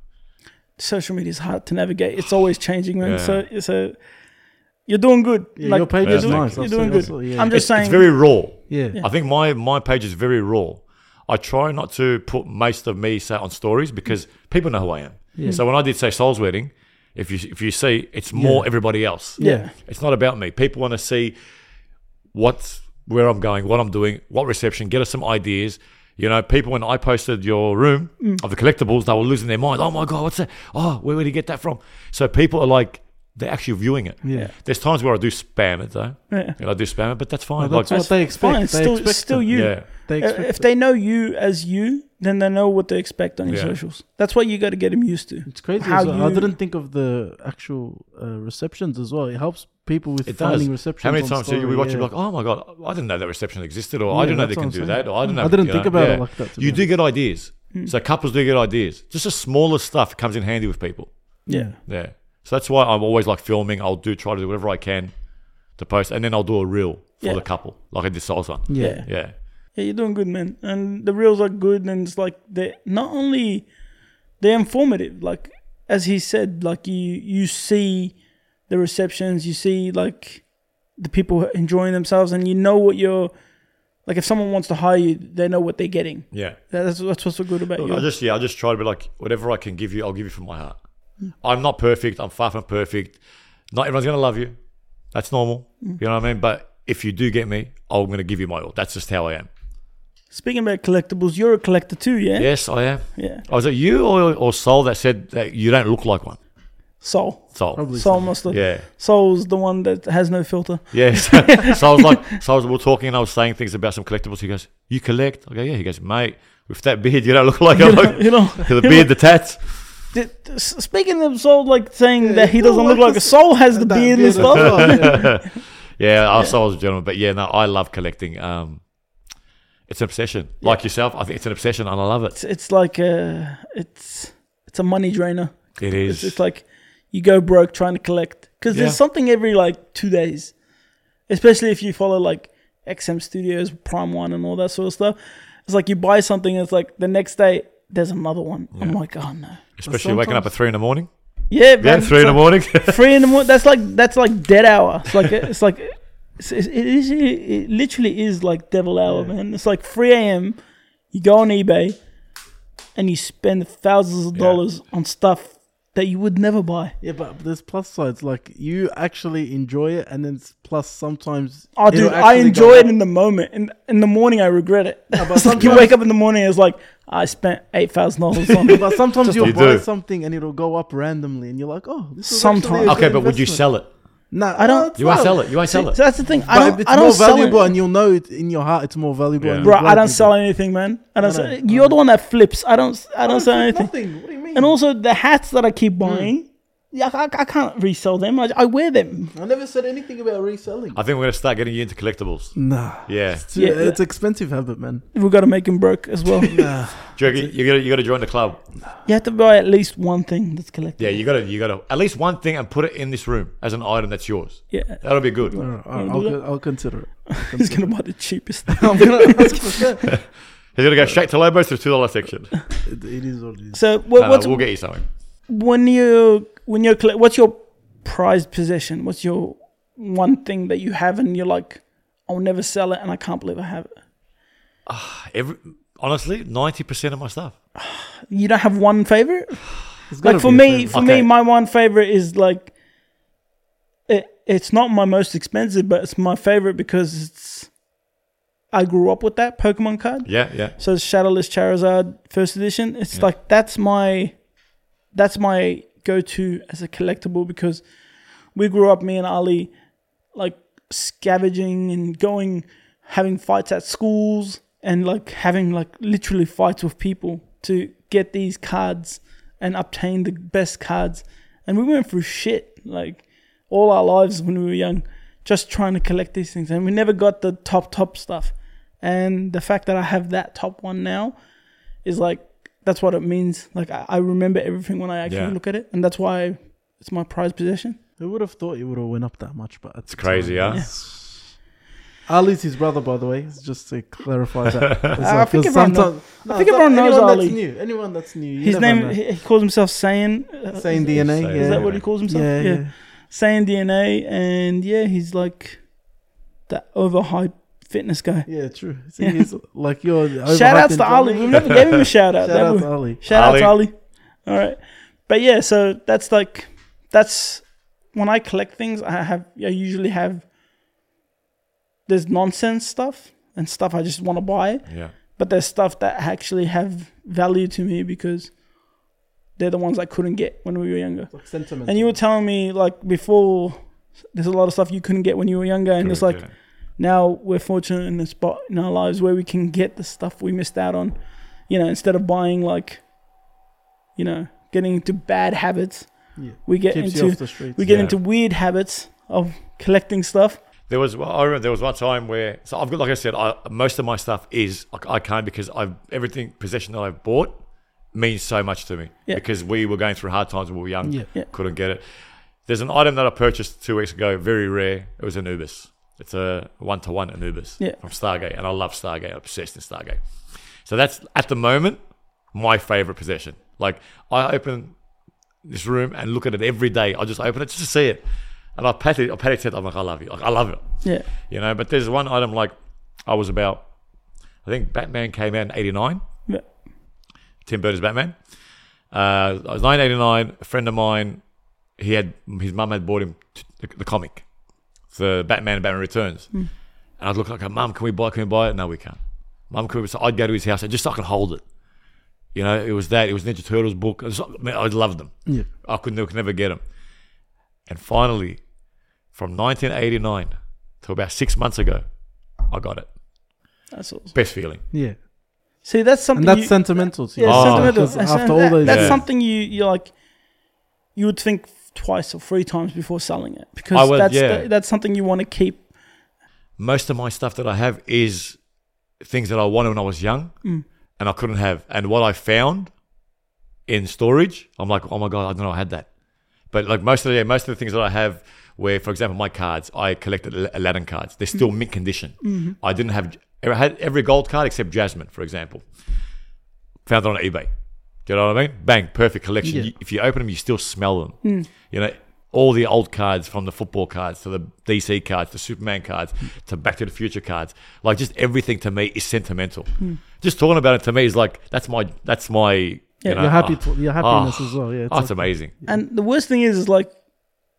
social media is hard to navigate it's always changing man
Yeah.
so so you're doing good
Yeah, your page
you're
is
doing,
nice.
you're
I've
doing
seen-
good
I've seen- yeah.
i'm just
it's,
saying
it's very raw.
Yeah.
I think my my page is very raw. I try not to put most of me say on stories because people know who I am. So when I did say Soul's Wedding, if you if you see, it's more everybody else.
Yeah.
It's not about me. People want to see what's where I'm going, what I'm doing, what reception. Get us some ideas. You know, people when I posted your room of the collectibles, they were losing their mind. Oh my god, what's that? Oh, where did he get that from? So people are like, they're actually viewing it.
Yeah.
There's times where I do spam it though,
[laughs] Yeah.
and I do spam it, but that's fine.
But that's
Like-
what they expect.
fine.
They
It's still,
expect
it's still
it.
you.
yeah.
They
Uh,
expect
if they know you as you, then they know what they expect on your
Yeah.
socials. That's what you got to get them used to.
It's crazy.
How
as well. I
you-
didn't think of the actual uh, receptions as well. It helps people with
It does.
finding receptions.
How many
on
times do you
story,
be watching
yeah.
like, oh my god, I didn't know that reception existed, or I
Yeah,
didn't know they
that's what
can do
I'm
that,
saying.
or I didn't know.
I didn't
you
think
know,
about it
yeah.
like that, to be Hmm.
You do get ideas. So couples do get ideas. Just the smallest stuff comes in handy with people.
yeah,
Yeah. So that's why I'm always like filming. I'll do try to do whatever I can to post, and then I'll do a reel for
Yeah.
the couple, like I did salsa.
yeah,
Yeah.
Yeah.
Yeah, you're doing good, man. And the reels are good, and it's like they not only they're informative. Like as he said, like you you see the receptions, you see like the people enjoying themselves, and you know what you're. Like if someone wants to hire you, they know what they're getting.
Yeah.
That's that's what's so good about
Look,
you.
I just yeah, I just try to be like whatever I can give you, I'll give you from my heart. I'm not perfect. I'm far from perfect. Not everyone's gonna love you. That's normal. You know what I mean? But if you do get me, I'm gonna give you my all. That's just how I am.
Speaking about collectibles, you're a collector too, yeah?
Yes, I am.
Yeah.
Oh, was it you or, or Sol that said that you don't look like one?
Soul.
Sol.
Probably
Soul must have.
Yeah.
Soul's the one that has no
[laughs]
filter.
Yeah. So, so I was like, so I was, we were talking and I was saying things about some collectibles. He goes, You collect? I go, Yeah. He goes, Mate, with that beard, you don't
[laughs]
look like I look.
You know,
[laughs] the beard, the tats.
d- d- s- speaking of Soul, like saying
Yeah,
that he
you
doesn't
don't
look
like
like a
this-
Soul has the
That
beard and
as
stuff.
well, yeah. [laughs]
Yeah, I so I was a gentleman. But yeah, no, I love collecting. Um, it's an obsession. Like yourself, I think it's an obsession and I love it.
It's, it's like a, it's, it's a money drainer.
It
It's,
is.
it's like you go broke trying to collect because there's
Yeah.
something every like two days, especially if you follow like XM Studios, Prime One, and all that sort of stuff. It's like you buy something, and it's like the next day there's another one. I'm like, oh no,
Especially waking up at three in the morning.
yeah,
Yeah,
man,
three
[laughs]
in the morning.
three in the morning. That's like that's like dead hour. It's like it's like it's, it's, it is it literally is like devil hour, man. It's like three a.m. You go on eBay and you spend thousands of
Yeah.
dollars on stuff that you would never buy.
Yeah, but there's plus sides. Like you actually enjoy it, and then it's plus sometimes.
Oh,
it'll
dude, I
actually go
enjoy it
up.
in the moment. In in the morning, I regret it.
but
it's like you
sometimes-
wake up in the morning, it's like I spent eight thousand dollars
[laughs]
on it.
But sometimes you'll
You
buy
do.
something and it'll go up randomly, and you're like, "Oh, this is
Sometimes.
sometimes."
[laughs] okay, but would you sell it?
Nah,
I don't-
no, it's
You won't
not.
sell it. You
[laughs]
won't sell it.
So that's the thing. I
But
don't.
if it's
I don't
more
sell
valuable,
any-
and you'll know it in your heart, it's more valuable.
Yeah.
and
bro.
you're
I
glad
don't
you
sell
bought
anything, man. I don't.
I
sell,
know,
you're the one that flips. I don't. I don't sell anything.
Nothing. What do you mean?
And also the hats that I keep buying. Yeah, I, I can't resell them. I, I wear them.
I never said anything about reselling.
I think we're gonna start getting you into collectibles.
[laughs]
nah,
Yeah.
it's,
Yeah,
it's expensive habit, man.
We've got to make them broke as well.
Nah,
Do you, reckon- you gotta you gotta join the club.
you have to buy at least one thing that's collected.
Yeah, you gotta you gotta at least one thing and put it in this room as an item that's yours.
Yeah.
That'll be good.
all right, all
You
right,
wanna
I'll,
do
con- I'll consider it.
Who's gonna buy the cheapest? thing? [laughs]
I'm gonna ask for it.
He's gonna go straight to Lobos to the two
[laughs]
dollar section. No,
It it is what it is.
So what,
no,
what's
Uh, we'll get you something.
when you when you're collect, what's your prized possession? What's your one thing that you have and you're like, I'll never sell it, and I can't believe I have it.
Every honestly, ninety percent of my stuff.
You don't have one favorite.
It's gotta
Like for
be a
me,
favorite.
for me,
Okay.
my one favorite is like, it, it's not my most expensive, but it's my favorite because it's. I grew up with that Pokemon card.
Yeah, yeah.
So it's Shadowless Charizard first edition. It's like that's my that's my go to as a collectible because we grew up, me and Ali, like scavenging and going having fights at schools and like having like literally fights with people to get these cards and obtain the best cards. And we went through shit like all our lives when we were young, just trying to collect these things. And we never got the top, top stuff. And the fact that I have that top one now is like, that's what it means. Like, I, I remember everything when I actually
Yeah.
look at it. And that's why it's my prized possession.
Who would have thought it would have went up that much? But it's
crazy, huh?
[laughs] Ali's his brother, by the way. It's Just to clarify
[laughs]
that. It's
I
like-
think
'cause
everyone
sometime- No,
think
some-
everyone knows
anyone
Ali.
That's new. Anyone that's new. you
His
never
name,
know.
he, he calls himself Saiyan. Uh,
Same
is-
DNA.
Same.
Yeah.
Is that what he calls himself?
yeah, yeah.
Saiyan DNA. And yeah, he's like that overhyped fitness guy.
Yeah, true. See,
Yeah.
he's like you're.
[laughs] Shout outs to Ali.
[laughs]
We never gave him a shout out.
Shout out to Ali.
Shout out to
Ali.
Ali. All right. But yeah, so that's like that's when I collect things, I have I usually have there's nonsense stuff and stuff I just want to buy,
Yeah.
but there's stuff that actually have value to me because they're the ones I couldn't get when we were younger.
Like sentiment.
And you were telling me like before there's a lot of stuff you couldn't get when you were younger and it's like
Correct,
now we're fortunate in a spot in our lives where we can get the stuff we missed out on. You know, instead of buying like, you know, getting into bad habits,
Yeah.
we get
keeps you off
into
the streets.
we get
Yeah.
into weird habits of collecting stuff.
There was well, I remember there was one time where so I've got like I said, I, most of my stuff is I, I can't because I've everything possession that I've bought means so much to me
Yeah.
because we were going through hard times when we were young,
Yeah.
Yeah.
couldn't get it. There's an item that I purchased two weeks ago, very rare. It was Anubis. It's a one to one Anubis
Yeah.
from Stargate, and I love Stargate. I'm obsessed with Stargate. So that's at the moment my favorite possession. Like I open this room and look at it every day. I just open it just to see it, and I pat it. I pat it. I'm like, I love it. Like I love it
Yeah,
you know. But there's one item like I was about. I think Batman came out in '89.
yeah,
Tim Burton's Batman, Uh, I was 1989. A friend of mine, he had his mum had bought him t- the, the comic, the Batman and Batman Returns. And I'd look like, "Mum, can we buy? Can we buy it? No, we can't. Mum, can we?" So I'd go to his house and just so I could hold it. You know, it was that. It was Ninja Turtles book. It was- man, I loved them.
Yeah.
I could never, could never get them. And finally, from 1989 to about six months ago, I got it.
That's awesome.
Best feeling.
Yeah.
See, that's something.
And that's
you-
sentimental to you.
Yeah,
Oh.
sentimental.
Because
And so
after all
that-
those
that's
Yeah.
something you you like. You would think twice or three times before selling it
I
because
would,
that's
yeah.
the, that's something you want to keep.
most of my stuff that I have is things that I wanted when I was young and I couldn't have. And what I found in storage, I'm like, oh my God, I don't know, I had that. But like most of the most of the things that I have were, for example, my cards, I collected Al- Aladdin cards. They're
Mm.
still mint condition.
Mm-hmm.
I didn't have I had every gold card except Jasmine, for example. Found it on eBay. Do you know what I mean? Bang, perfect collection.
Yeah. Mm.
You- if you open them, you still smell them. You know, all the old cards from the football cards to the DC cards to Superman cards to Back to the Future cards. Like just everything to me is sentimental.
Mm.
Just talking about it to me is like that's my that's my you know,
You're happy.
ah,
To, your happiness
ah,
as well. Yeah. It's
ah, it's
like-
amazing.
And the worst thing is, is like,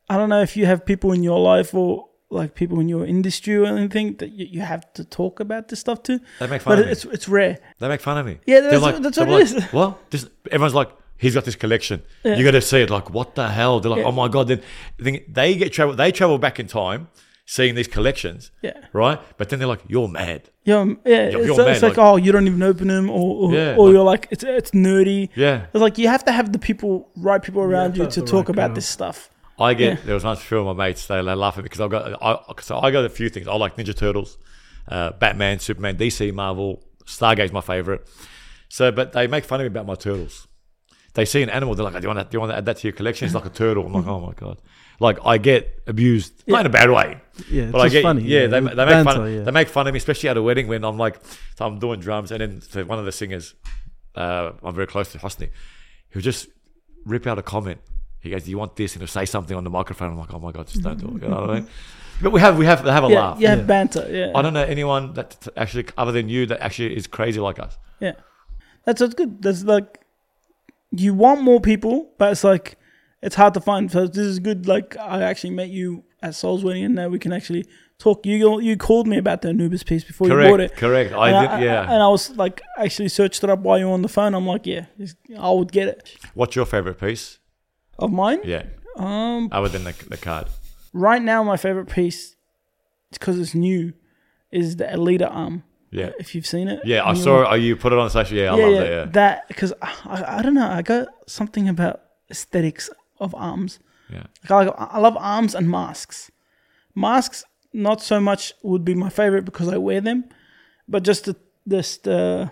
I don't know if you have people in your life or like people in your industry or anything that you, you have to talk about this stuff to.
They make fun
But
of me.
it's it's rare.
They make fun of me.
Yeah,
They're
that's- that's
they're
what it
[laughs] like,
is.
Well, this, everyone's like, he's got this collection.
Yeah.
You got to see it. Like, what the hell? They're like,
Yeah.
oh my god. Then then they get travel. They travel back in time, seeing these collections.
Yeah.
Right. But then they're like, you're mad.
Yeah, um, yeah.
You're-
it's,
you're
like- it's
mad,
like, oh,
like-
you don't even open them, or or,
Yeah,
or
like-
you're like it's it's nerdy.
Yeah.
It's like you have to have the people, right people around you,
have
to
the right
talk about
crowd.
this stuff.
I get there was once a few of my mates they, they laugh at me because I got I, so I got a few things. I like Ninja Turtles, uh, Batman, Superman, DC, Marvel, Stargate's my favorite. So, but they make fun of me about my turtles. They see an animal, they're like, "Do you want to, do you want to add that to your collection?" It's like a turtle. I'm like, "Oh my god!" Like I get abused, not in a bad way,
Yeah. It's
but I
just
get
funny.
yeah, they, they make
It's
fun
banter, yeah.
they make fun of me, especially at a wedding when I'm like so I'm doing drums and then so one of the singers, uh, I'm very close to Hosni, he'll just rip out a comment. He goes, "Do you want this?" and he'll say something on the microphone. I'm like, "Oh my god, just don't do it." You know what I mean? But we have we have they have a
Yeah,
laugh.
you have
Yeah.
banter. Yeah,
I don't know anyone that t- actually other than you that actually is crazy like us.
Yeah. That's what's good. That's like you want more people, but it's like it's hard to find. So this is good. Like I actually met you at Soul's Wedding and now we can actually talk. You you called me about the Anubis piece before you bought
Correct,
it.
correct. I
and
did, yeah.
and I was like actually searched it up while you were on the phone. I'm like, yeah, this- I would get it.
What's your favorite piece?
Of mine?
Yeah,
Um
other than the, the card.
right now my favorite piece because it's new is the Alita arm.
Yeah,
If you've seen it.
yeah. I
And you
saw. Oh, you put it on social. Yeah, I
yeah,
love
yeah,
that. Yeah.
that because I, I don't know. I got something about aesthetics of arms.
Yeah.
Like I, like- I love arms and masks. Masks, not so much, would be my favorite because I wear them, but just the just the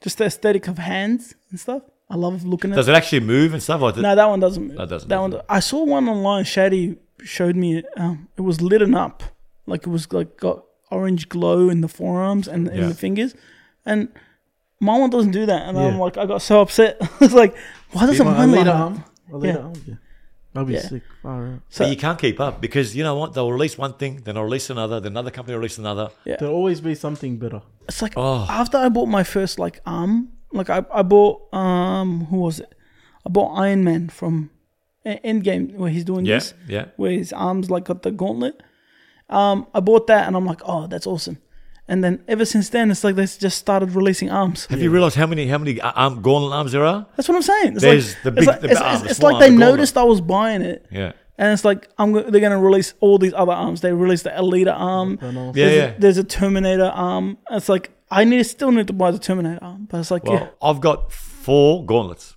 just the aesthetic of hands and stuff. I love looking at.
Does it actually move and stuff like that?
no, that one doesn't. Move.
That doesn't
That
move.
one. I saw one online. Shady showed me. Um, it was lit up, like it was like got orange glow in the forearms and in
Yeah.
the fingers, and my one doesn't do that. And I'm
Yeah.
like, I got so upset. [laughs] I was like, why doesn't
Well,
mine
Alita
like
arm.
that?
Alita
Yeah.
arm, yeah. That'd be
Yeah.
sick. Far out.
So
But you can't keep up because you know what? They'll release one thing, then they'll release another, then another company will release another.
There'll always be something better.
it's like
Oh.
after I bought my first like arm, like I, I bought um who was it? I bought Iron Man from E- Endgame where he's doing
Yeah,
this.
yeah.
Where his arms like got the gauntlet. Um, I bought that and I'm like, oh, that's awesome. And then ever since then, it's like they just started releasing
[laughs]
arms.
Have you realized how many how many uh, um, gauntlet arms there are?
That's what I'm saying. It's
There's
like,
the
it's
big-
like-
the
it's,
arm,
it's-
the
it's
small
like
arm,
they
the gauntlet.
noticed I was buying it,
Yeah,
and it's like I'm go- they're gonna release all these other arms. They released the Alita arm.
I know.
yeah,
there's,
yeah.
A, there's a Terminator arm. It's like I need still need to buy the Terminator arm, but it's like yeah.
Well, I've got four gauntlets,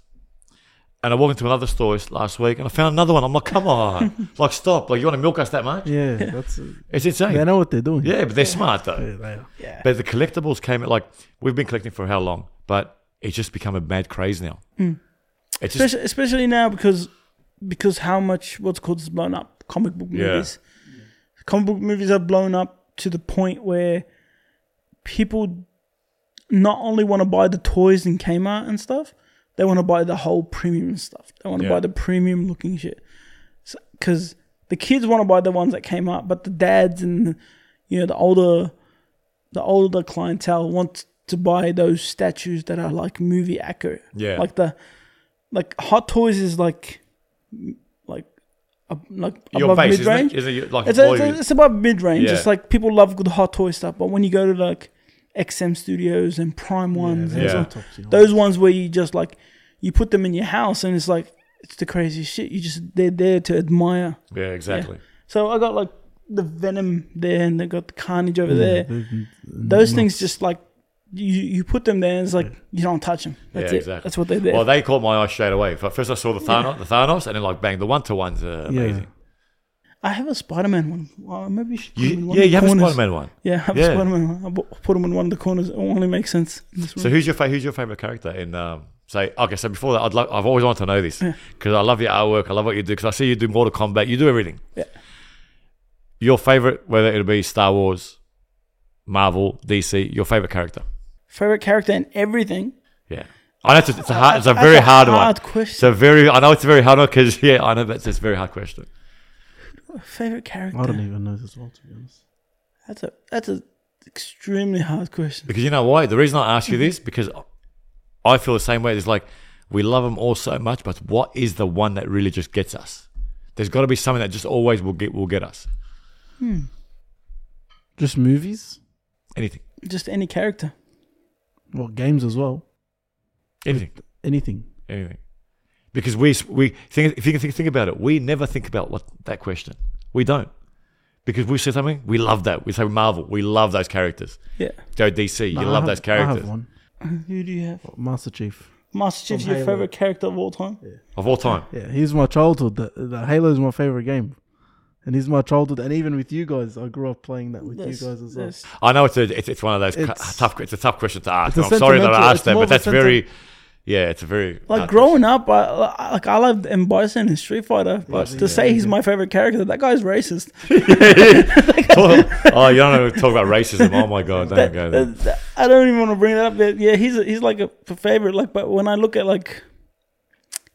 and I walked into another store this- last week and I found another one. I'm like, come on, like stop! Like you want to milk us that much? [laughs]
Yeah, that's it.
It's
They
insane.
know what they're doing.
Yeah, but they're smart though.
Yeah, they are.
But the collectibles came at like we've been collecting for how long? But it's just become a mad craze now. It's just
especially, especially now because because how much what's called is blown up comic book
Yeah.
movies. Comic book movies are blown up to the point where people not only want to buy the toys in Kmart and stuff, they want to buy the whole premium stuff. They want to
Yeah.
buy the premium looking shit because the kids want to buy the ones that came out, but the dads and you know the older the older clientele want to buy those statues that are like movie accurate.
Yeah.
like the like Hot Toys is like like ab- like
Your
above
base,
mid
isn't it?
range.
Isn't it? Like
It's,
all
a, it's,
your-
a- it's above mid range.
Yeah.
It's like people love good Hot Toy stuff, but when you go to like XM Studios and Prime ones, and
yeah.
stuff,
Tops, you know.
those ones where you just like you put them in your house and it's like it's the craziest shit. You just they're there to admire.
yeah, exactly.
So I got like the Venom there, and they got the Carnage
Mm,
over there.
They're-
Mm-hmm.
Those things just like you you put them there, and it's like you don't touch them. That's
Yeah,
it.
exactly.
That's what they're there.
Well, they caught my eye straight away. F- First, I saw the Thanos, the Thanos, and then like bang, the one to ones are
Yeah.
amazing.
for. I have a Spider Man one. Well, maybe you should put
You-
them in one
yeah,
of the
you have a
corners.
Spider Man one.
Yeah, I have
Yeah.
a Spider Man one. I bu- put them in one of the corners. It only makes sense. in this
So
room.
who's your fa- who's your favorite character in? Um, say okay. So before that, I'd love, I've always wanted to know this because I love your artwork. I love what you do because I see you do Mortal Kombat. You do everything.
Yeah.
Your favorite, whether it'll be Star Wars, Marvel, DC, your favorite character.
Favorite character in everything.
Yeah. I know it's a, it's a hard, it's a
That's
very hard,
hard
one.
question.
It's a very, I know it's a very hard one because [laughs] yeah, I know that's it's a very hard question.
Favorite character.
I don't even know this well, to be honest.
That's a that's a extremely hard question.
Because you know why? The reason I ask you this because I feel the same way. It's like we love them all so much, but what is the one that really just gets us? There's got to be something that just always will get will get us.
Just movies?
Anything,
Just any character.
Well, games as well.
anything,
Anything.
anything. Because we we think if you can think, think about it, we never think about what that question. We don't. Because we say something, we love that. We say Marvel, we love those characters.
Yeah. [laughs]
Go DC,
Nah,
you
I
love
have-
those
I have
characters
one.
Who do you have?
Master Chief.
Master Chief's
From
your
Halo.
favorite character of all time.
of all time.
Yeah, he's my childhood. The, the Halo is my favorite game. And he's my childhood. And even with you guys, I grew up playing that with
That's-
you guys as well.
that's-
I know it's a, it's, it's one of those cu-
It's-
tough. It's a tough question to ask.
a
and I'm sorry that
sentimental-
I
it's
asked that,
more
but
of a
that's very. Yeah, it's a very uh,
Like
hard
growing up, I, I like I loved M Bison and Street Fighter, but to say he's my favorite character, that guy's racist.
question.
[laughs]
[laughs] oh, you don't know, talk about racism. Oh my god, don't go there.
Uh, I don't even want to bring that up. But yeah, he's a, he's like a, a favorite. Like, but when I look at like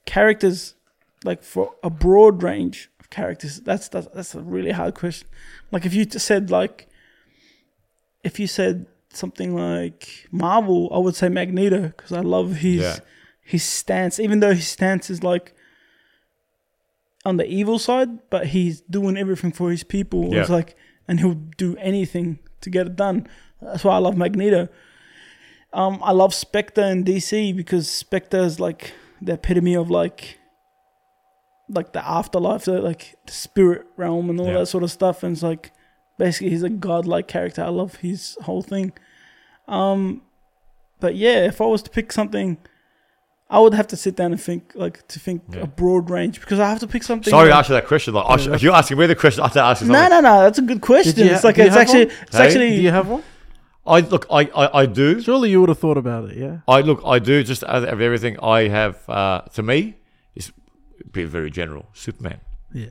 characters, like for a broad range of characters, that's that's, that's a really hard question. Like, if you t- said like, if you said something like Marvel, I would say Magneto because I love his
Yeah.
his stance, even though his stance is like. On the evil side, but he's doing everything for his people. It's
Yeah.
like, and he'll do anything to get it done. That's why I love Magneto. Um, I love Spectre in DC because Spectre is like the epitome of like, like the afterlife, so like the spirit realm and all
Yeah.
that sort of stuff. And it's like, basically, he's a godlike character. I love his whole thing. Um, but yeah, if I was to pick something, I would have to sit down and think, like, to think
Yeah.
a broad range because I have to pick something.
Sorry, I
that-
asked you that question. Like, I should- if you're asking me the question, I have to ask you
no,
something.
no, no. That's a good question.
Did you
it's
ha-
like
do you
it's
have
actually,
one?
it's
Hey?
actually.
Do you have one?
I look, I, I, I do.
Surely you would have thought about it, yeah?
I look, I do. Just out of everything, I have uh, to me, it's be very general. Superman.
Yeah.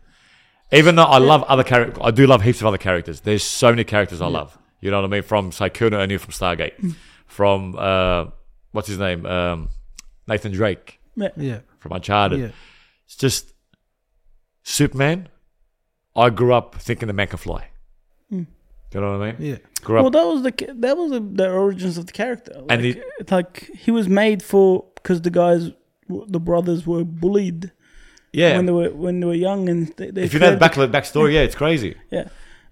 Even though I love other characters, I do love heaps of other characters. There's so many characters I love. You know what I mean? From say Kuna O'Neill from Stargate, from uh, what's his name, um, Nathan Drake
Yeah.
from Uncharted.
Yeah.
It's just Superman. I grew up thinking the man can fly. You know what I mean?
Yeah.
Grew up.
Well, that was the ca- that was the, the origins of the character. Like,
And it-
it's like he was made for because the guys, w- the brothers were bullied
yeah.
when they were when they were young, and they, they
if you know the
created-
back backstory, yeah, it's crazy.
yeah,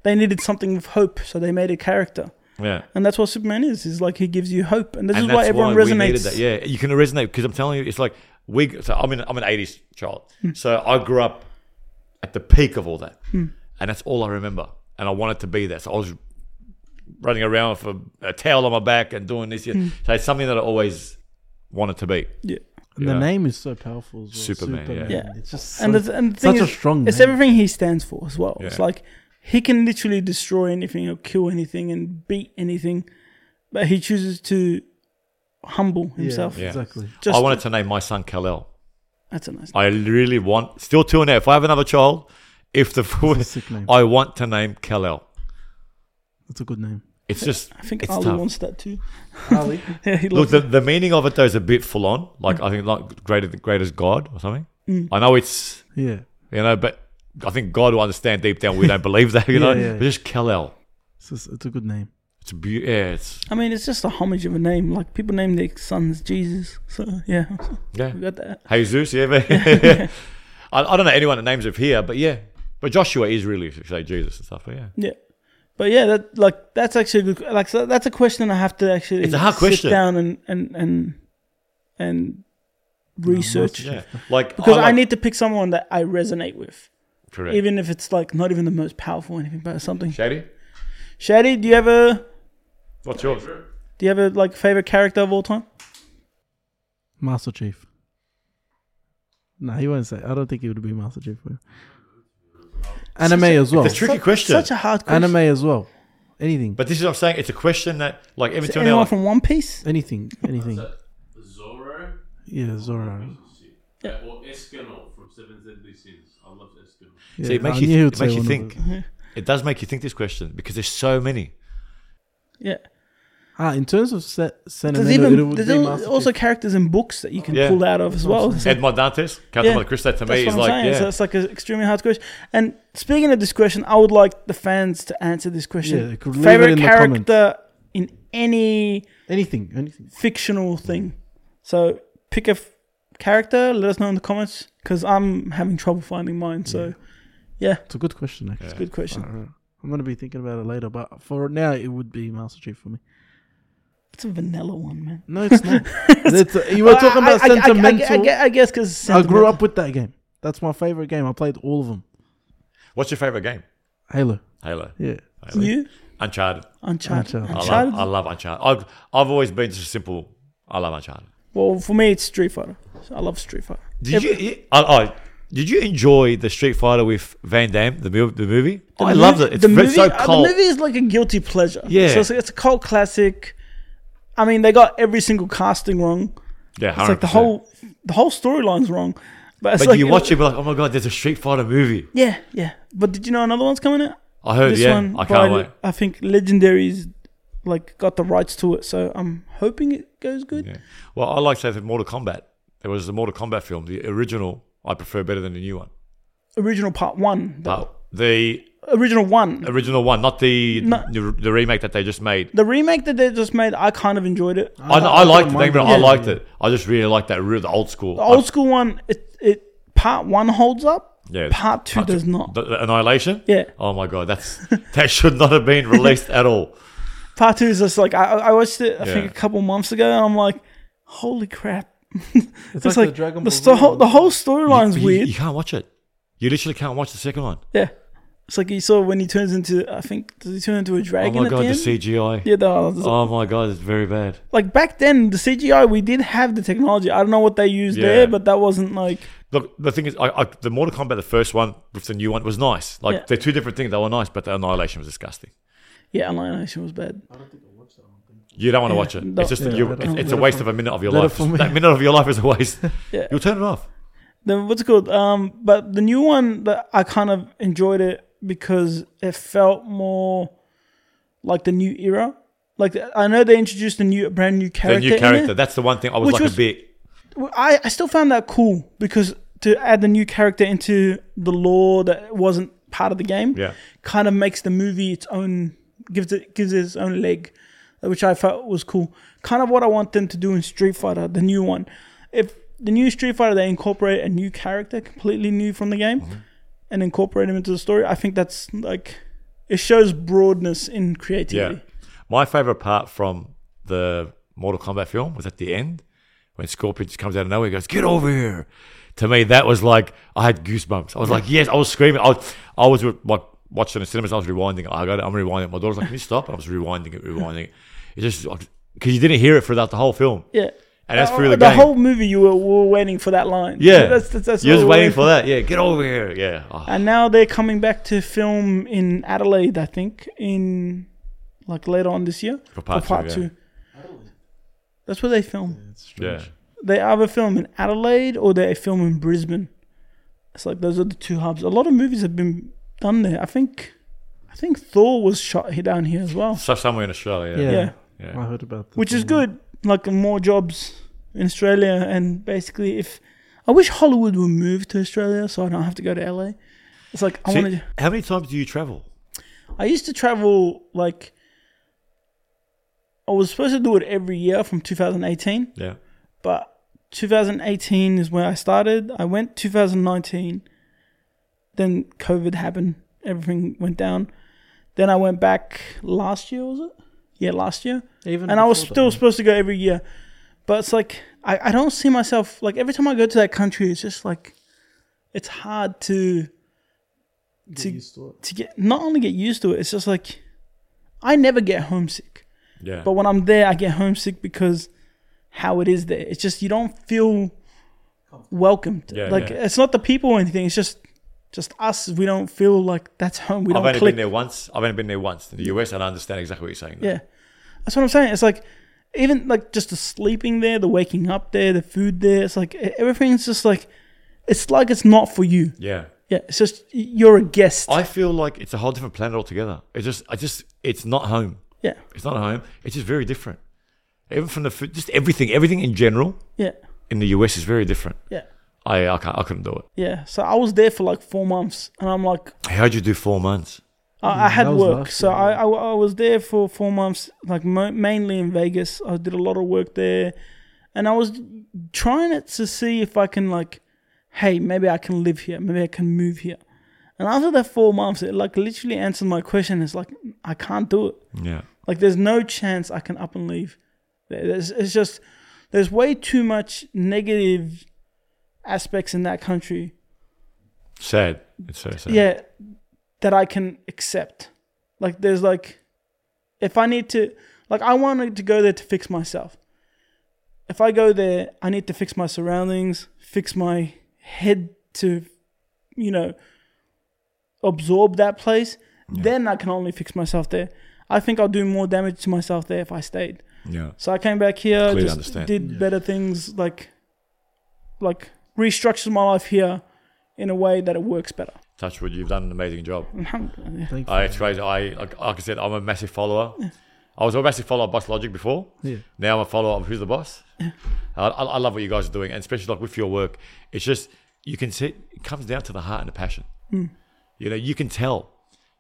they needed something with hope, so they made a character,
Yeah.
and that's what Superman is. Is like he gives you hope, and this
and
is why
that's
everyone
why we needed
resonates.
that. Yeah, you can resonate because I'm telling you, it's like we. So I'm in, I'm an '80s child,
Hmm.
so I grew up at the peak of all that, and that's all I remember. And I wanted to be there, so I was running around with a, a towel on my back and doing this.
Hmm.
So it's something that I always wanted to be.
yeah.
And
Yeah.
the name is so powerful as well.
Superman, yeah.
Yeah.
It's just
and
so-
the, and the
such
thing
a
is,
strong
It's
name.
everything he stands for as well. It's
Yeah.
like he can literally destroy anything or kill anything and beat anything, but he chooses to humble himself.
Yeah, Exactly.
Just
I wanted to name my son Kal El.
that's a nice.
I really want still two and out. If I have another child,
It's
if
a
the [laughs]
sick name.
I want to name Kal El.
It's a good name.
It's just
I think
it's
Ali
tough.
wants that too.
Ali.
[laughs] Yeah, he
Look,
loves
the, the meaning of it though is a bit full on. Like I think like greater great as God or something.
Mm.
I know it's
Yeah.
you know, but I think God will understand deep down we don't believe that. You
[laughs] Yeah,
know,
yeah,
but just Kal El.
It's, just, it's a good name.
It's a beauty. Yeah, it's
I mean, it's just a homage of a name. Like people name their sons Jesus. So yeah, [laughs]
[laughs]
yeah.
we got that.
Jesus, yeah. man. [laughs] I, I don't know anyone that names it here, but yeah. But Joshua is really say Jesus and stuff. But yeah,
Yeah, but yeah, that like that's actually a good. Like so that's a question I have to actually.
It's a hard
sit
question.
Down and and and and research
[laughs]
yeah. Like
because I,
like-
need to pick someone that I resonate with,
correct.
even if it's like not even the most powerful or anything, but something.
Shady.
Shady, do you have a
What's yours?
do you have a like favorite character of all time?
Master Chief. No, he won't say. I don't think he would be Master Chief. Anime as well.
It's a tricky question.
Such a hard question.
Anime as well. Anything.
but this is what I'm saying. It's a question that like every
Is
time now,
anyone
like,
from One Piece?
Anything. Anything.
Zorro.
Yeah, Zoro.
Yeah. Or Escanor from Seven Deadly Sins. I love Escanor.
Yeah,
so it makes
I
you,
knew he would
it makes
say
you
one of
think.
them.
It does make you think this question because there's so many.
Yeah.
Ah, in terms of se-
There's
sentimental, it
even
would
there's
be
al-
Master
also
Chief.
characters in books that you can
Yeah.
pull out of as well. It's like-
Edmond Dantes, Count
Yeah.
of Monte Cristo, to
That's
me
what
is
I'm
like
saying.
yeah.
So it's like an extremely hard question. And speaking of this question, I would like the fans to answer this question.
Yeah, could leave it
Favorite
in the comments.
character in any
Anything. Anything.
fictional thing. So pick a f- character. Let us know in the comments because I'm having trouble finding mine. So
It's a good question, actually.
Yeah.
good question.
Alright. I'm going to be thinking about it later, but for now, it would be Master Chief for me.
It's a vanilla one, man.
No,
[laughs]
it's not. It's a- you were
Well,
talking
I-
about
I- I- I- I-
sentimental. I,
I, gue- I guess because
grew up with that game. That's my favorite game. I played all of them.
What's your favorite game?
Halo.
Halo,
Yeah.
Halo.
You
Uncharted.
Uncharted.
Uncharted.
I
Uncharted.
love, I love Uncharted. I've, I've always been just a simple. I love Uncharted.
Well, for me, it's Street Fighter. So I love Street Fighter.
Did you? I, I, did you enjoy the Street Fighter with Van Damme the, mu- the movie?
The
I loved
movie-
it. It's
the
very-
movie,
so
uh,
cold.
The movie is like a guilty pleasure.
Yeah.
So it's, it's a cult classic. I mean, they got every single casting wrong.
yeah,
It's like the
100%.
whole the whole storyline's wrong. But, it's
But
like,
you watch it, be like, oh my god, there's a Street Fighter movie.
Yeah, yeah. But did you know another one's coming out?
I heard. Oh, yeah, I can't
by-
wait.
I think Legendary's like got the rights to it, so I'm hoping it goes good.
Yeah. Well, I like that with Mortal Kombat. There was the Mortal Kombat film, the original. I prefer better than the new one.
Original part one, the
But the
original one.
original one, not the
No.
the, the remake that they just made.
the remake that they just made, I kind of enjoyed it.
I, I liked it. Don't get me wrong, I
Yeah.
liked it. I just really liked that real the old school.
The old school one, it it part one holds up.
yeah,
Part two does not.
The, the Annihilation.
Yeah.
Oh my god, that's that should not have been released
[laughs]
at all.
Part two is just like I, I watched it. I think
Yeah.
a couple months ago, and I'm like, holy crap!
It's,
It's like, the, sto- whole, the whole [laughs] storyline's
you,
weird.
You can't watch it. You literally can't watch the second one.
Yeah, it's like you saw when he turns into. I think does he turn into a
Oh
dragon?
my
at
god,
the
the
end?
CGI.
yeah, no, there's-
Oh my god, it's very bad.
like back then the CGI we did have the technology. I don't know what they used
Yeah.
there, but that wasn't like
Look, the thing is, I, I, the Mortal Kombat, the first one with the new one, was nice. Like
Yeah.
they're two different things. They were nice, but the Annihilation was disgusting.
yeah, Annihilation was bad.
You don't want to
Yeah,
watch it.
don't-
It's just
Yeah,
you,
let it-
it's, it's
let
a
it
waste
from-
of a minute of your
let it
life.
from-
That minute of your life is a waste.
[laughs] Yeah.
You'll turn it off.
The what's it called? Um, but the new one that I kind of enjoyed it because it felt more like the new era. Like I know they introduced a new, a brand new
The
character.
new character.
In
That's the one thing I was
Which
like
was-
a bit.
it. I I still found that cool because to add the new character into the lore that wasn't part of the game.
Yeah.
kind of makes the movie its own gives it gives it its own leg, which I felt was cool. Kind of what I want them to do in Street Fighter, the new one. If the new Street Fighter they incorporate a new character completely new from the game
Mm-hmm.
and incorporate him into the story, I think that's like it shows broadness in
Yeah.
creativity.
My favorite part from the Mortal Kombat film was at the end when Scorpion just comes out of nowhere and goes, Get over here. To me, that was like, I had goosebumps. I was like, Yes, I was screaming. I was, I was like, watching the cinemas. I was rewinding. it. I got it. I'm rewinding. it. My daughter's like, Can you stop? I was rewinding it, rewinding it. It just, because you didn't hear it throughout the whole film.
Yeah.
And that's
Uh,
through the,
the
game.
whole movie you were, were waiting for that line.
yeah.
That's that's, that's
You're
what
just
we're
waiting for that. Yeah. Get over here. Yeah. Oh,
And now they're coming back to film in Adelaide, I think, in like later on this year
For part two, yeah.
That's where they film.
yeah.
They either film in Adelaide or they film in Brisbane. It's like those are the two hubs. A lot of movies have been done there. I think, I think Thor was shot here down here as well,
So somewhere in Australia.
Yeah.
Yeah.
Yeah.
I heard about that.
which is good. Like more jobs in Australia, and basically, if I wish Hollywood would move to Australia, so I don't have to go to LA. It's like I
See,
want to.
How many times do you travel?
I used to travel like I was supposed to do it every year from 2018
Yeah.
but 2018 is when I started. I went 2019, then COVID happened, everything went down. Then I went back last year, was it? Yeah, last year.
Even
and I was
before
still
that,
supposed to go every year, but it's like I, I don't see myself like every time I go to that country, it's just like it's hard to
yeah.
to-
Get used to it.
to get not only get used to it. It's just like I never get homesick.
Yeah.
But when I'm there, I get homesick because how it is there. It's just you don't feel welcomed.
Yeah,
like
yeah.
it's not the people or anything. It's just just us. We don't feel like that's home. We
I've
don't
only
click.
been there once. I've only been there once in the US, and I understand exactly what you're saying.
Yeah, that's what I'm saying. It's like even like just the sleeping there, the waking up there, the food there. It's like e- everything's just like it's like it's not for you.
Yeah.
Yeah, it's just you're a guest.
I feel like it's a whole different planet altogether. It's just, I just, it's not home.
yeah,
It's not home. It's just very different. Even from the food, just everything, everything in general
yeah,
in the US is very different.
yeah,
I, I, can't, I couldn't do it.
yeah. So I was there for like four months, and I'm like,
How'd you do four months?
I, I had
that was
work,
last
so
year,
I, I I was there for four months, like mo- mainly in Vegas. I did a lot of work there, and I was trying it to see if I can like, hey, maybe I can live here, maybe I can move here. And after that four months, it like literally answered my question. It's like I can't do it.
Yeah.
Like there's no chance I can up and leave. There's, it's just there's way too much negative aspects in that country.
Sad. It's so sad.
yeah that i can accept like there's like if i need to like i wanted to go there to fix myself if i go there i need to fix my surroundings fix my head to you know absorb that place then i can only fix myself there i think i'll do more damage to myself there if i stayed
Yeah.
so i came back here
Clearly
just
understand.
did better things like like restructured my life here in a way that it works better
Touch wood, you've done an amazing job.
Alhamdulillah, yeah.
Thank you.
I, it's crazy. I, like, like I said, I'm a massive follower. I was a massive follower of Boss Logic before.
Yeah.
Now I'm a follower of Who's the Boss. I, I, I love what you guys are doing, and especially like with your work. It's just you can see it comes down to the heart and the passion.
Hmm.
You know, you can tell.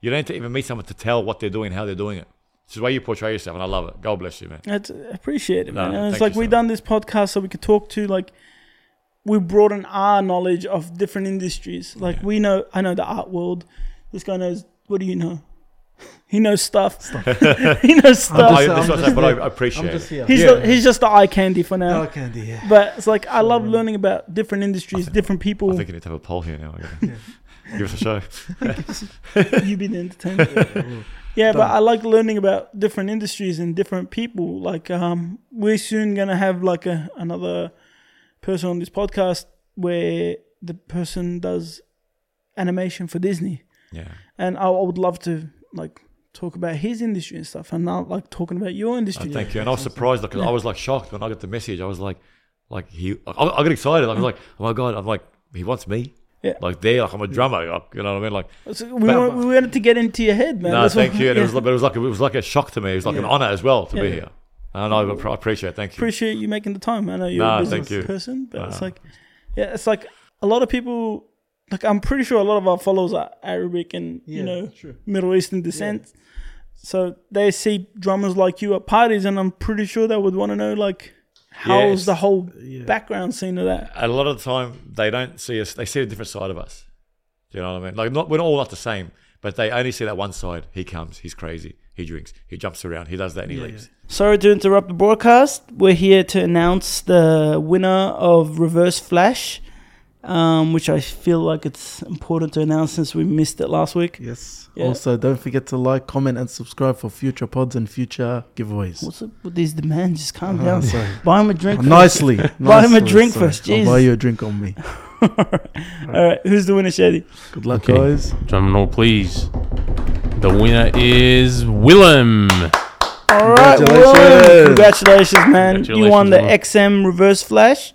You don't have to even meet someone to tell what they're doing, how they're doing it. It's the way you portray yourself, and I love it. God bless you, man.
That's appreciate it,
No,
man.
no,
And it's
thank
like
you
we
so
done this podcast so we could talk to like we broaden our knowledge of different industries. Like we know, I know the art world. This guy knows. What do you know? [laughs] He knows stuff. [laughs]
[laughs]
he knows
I'm
stuff.
I,
just-
that's what I
just
say, but I,
here.
I appreciate
I'm just
it.
here.
he's
Yeah.
the, he's just the eye candy for now.
Oh, Candy, yeah.
But it's like I love learning about different industries, different
I
people.
think I need to have a poll here now. I gotta- Give us a show.
you be the entertainment.
[laughs]
yeah, but I like learning about different industries and different people. Like, um, we're soon gonna have like a, another person on this podcast where the person does animation for Disney,
Yeah.
and I, I would love to like talk about his industry and stuff, and not like talking about your
Uh,
industry.
thank you. And I was surprised because I was like shocked when I got the message. I was like, like he, I, I got excited. I was like, oh my god! I'm like, he wants me.
Yeah.
Like there, like I'm a drummer. Like, you know what I mean? Like,
So we, want, we wanted to get into your head, man.
no,
That's
thank
what- [laughs]
you. And
yeah.
it was, like- but it was like it was like a shock to me. It was like an
Yeah.
honor as well to be
Yeah.
here. And I appre- appreciate. it. Thank you.
appreciate you making the time. I know you're
Nah,
a business
thank you.
person, but it's
Nah.
like, yeah, it's like a lot of people. Like I'm pretty sure a lot of our followers are Arabic and
Yeah,
you know
true.
Middle Eastern descent, so they see drummers like you at parties, and I'm pretty sure they would want to know like how's
Yes.
the whole
Yeah.
background scene of that.
a lot of the time they don't see us. They see a different side of us. Do you know what I mean? Like not we're all not the same, but they only see that one side. He comes. He's crazy. He drinks. He jumps around. He does that and he
Yeah,
leaves.
Sorry to interrupt the broadcast. We're here to announce the winner of Reverse Flash, um, which I feel like it's important to announce since we missed it last week.
Yes.
Yeah.
Also, don't forget to like, comment, and subscribe for future pods and future giveaways.
What's up with these demands? Just calm
Oh,
down.
sorry. [laughs]
Buy him a drink. first.
Nicely.
Buy him a
nicely,
drink
sorry.
first,
I'll
Jesus.
buy you a drink on me.
[laughs] All right, who's the winner, Shady?
Good luck,
Okay.
guys.
Drum roll, please. The winner is Willem.
All right,
Congratulations.
William. Congratulations, man. you won the
Congratulations,
XM Reverse Flash,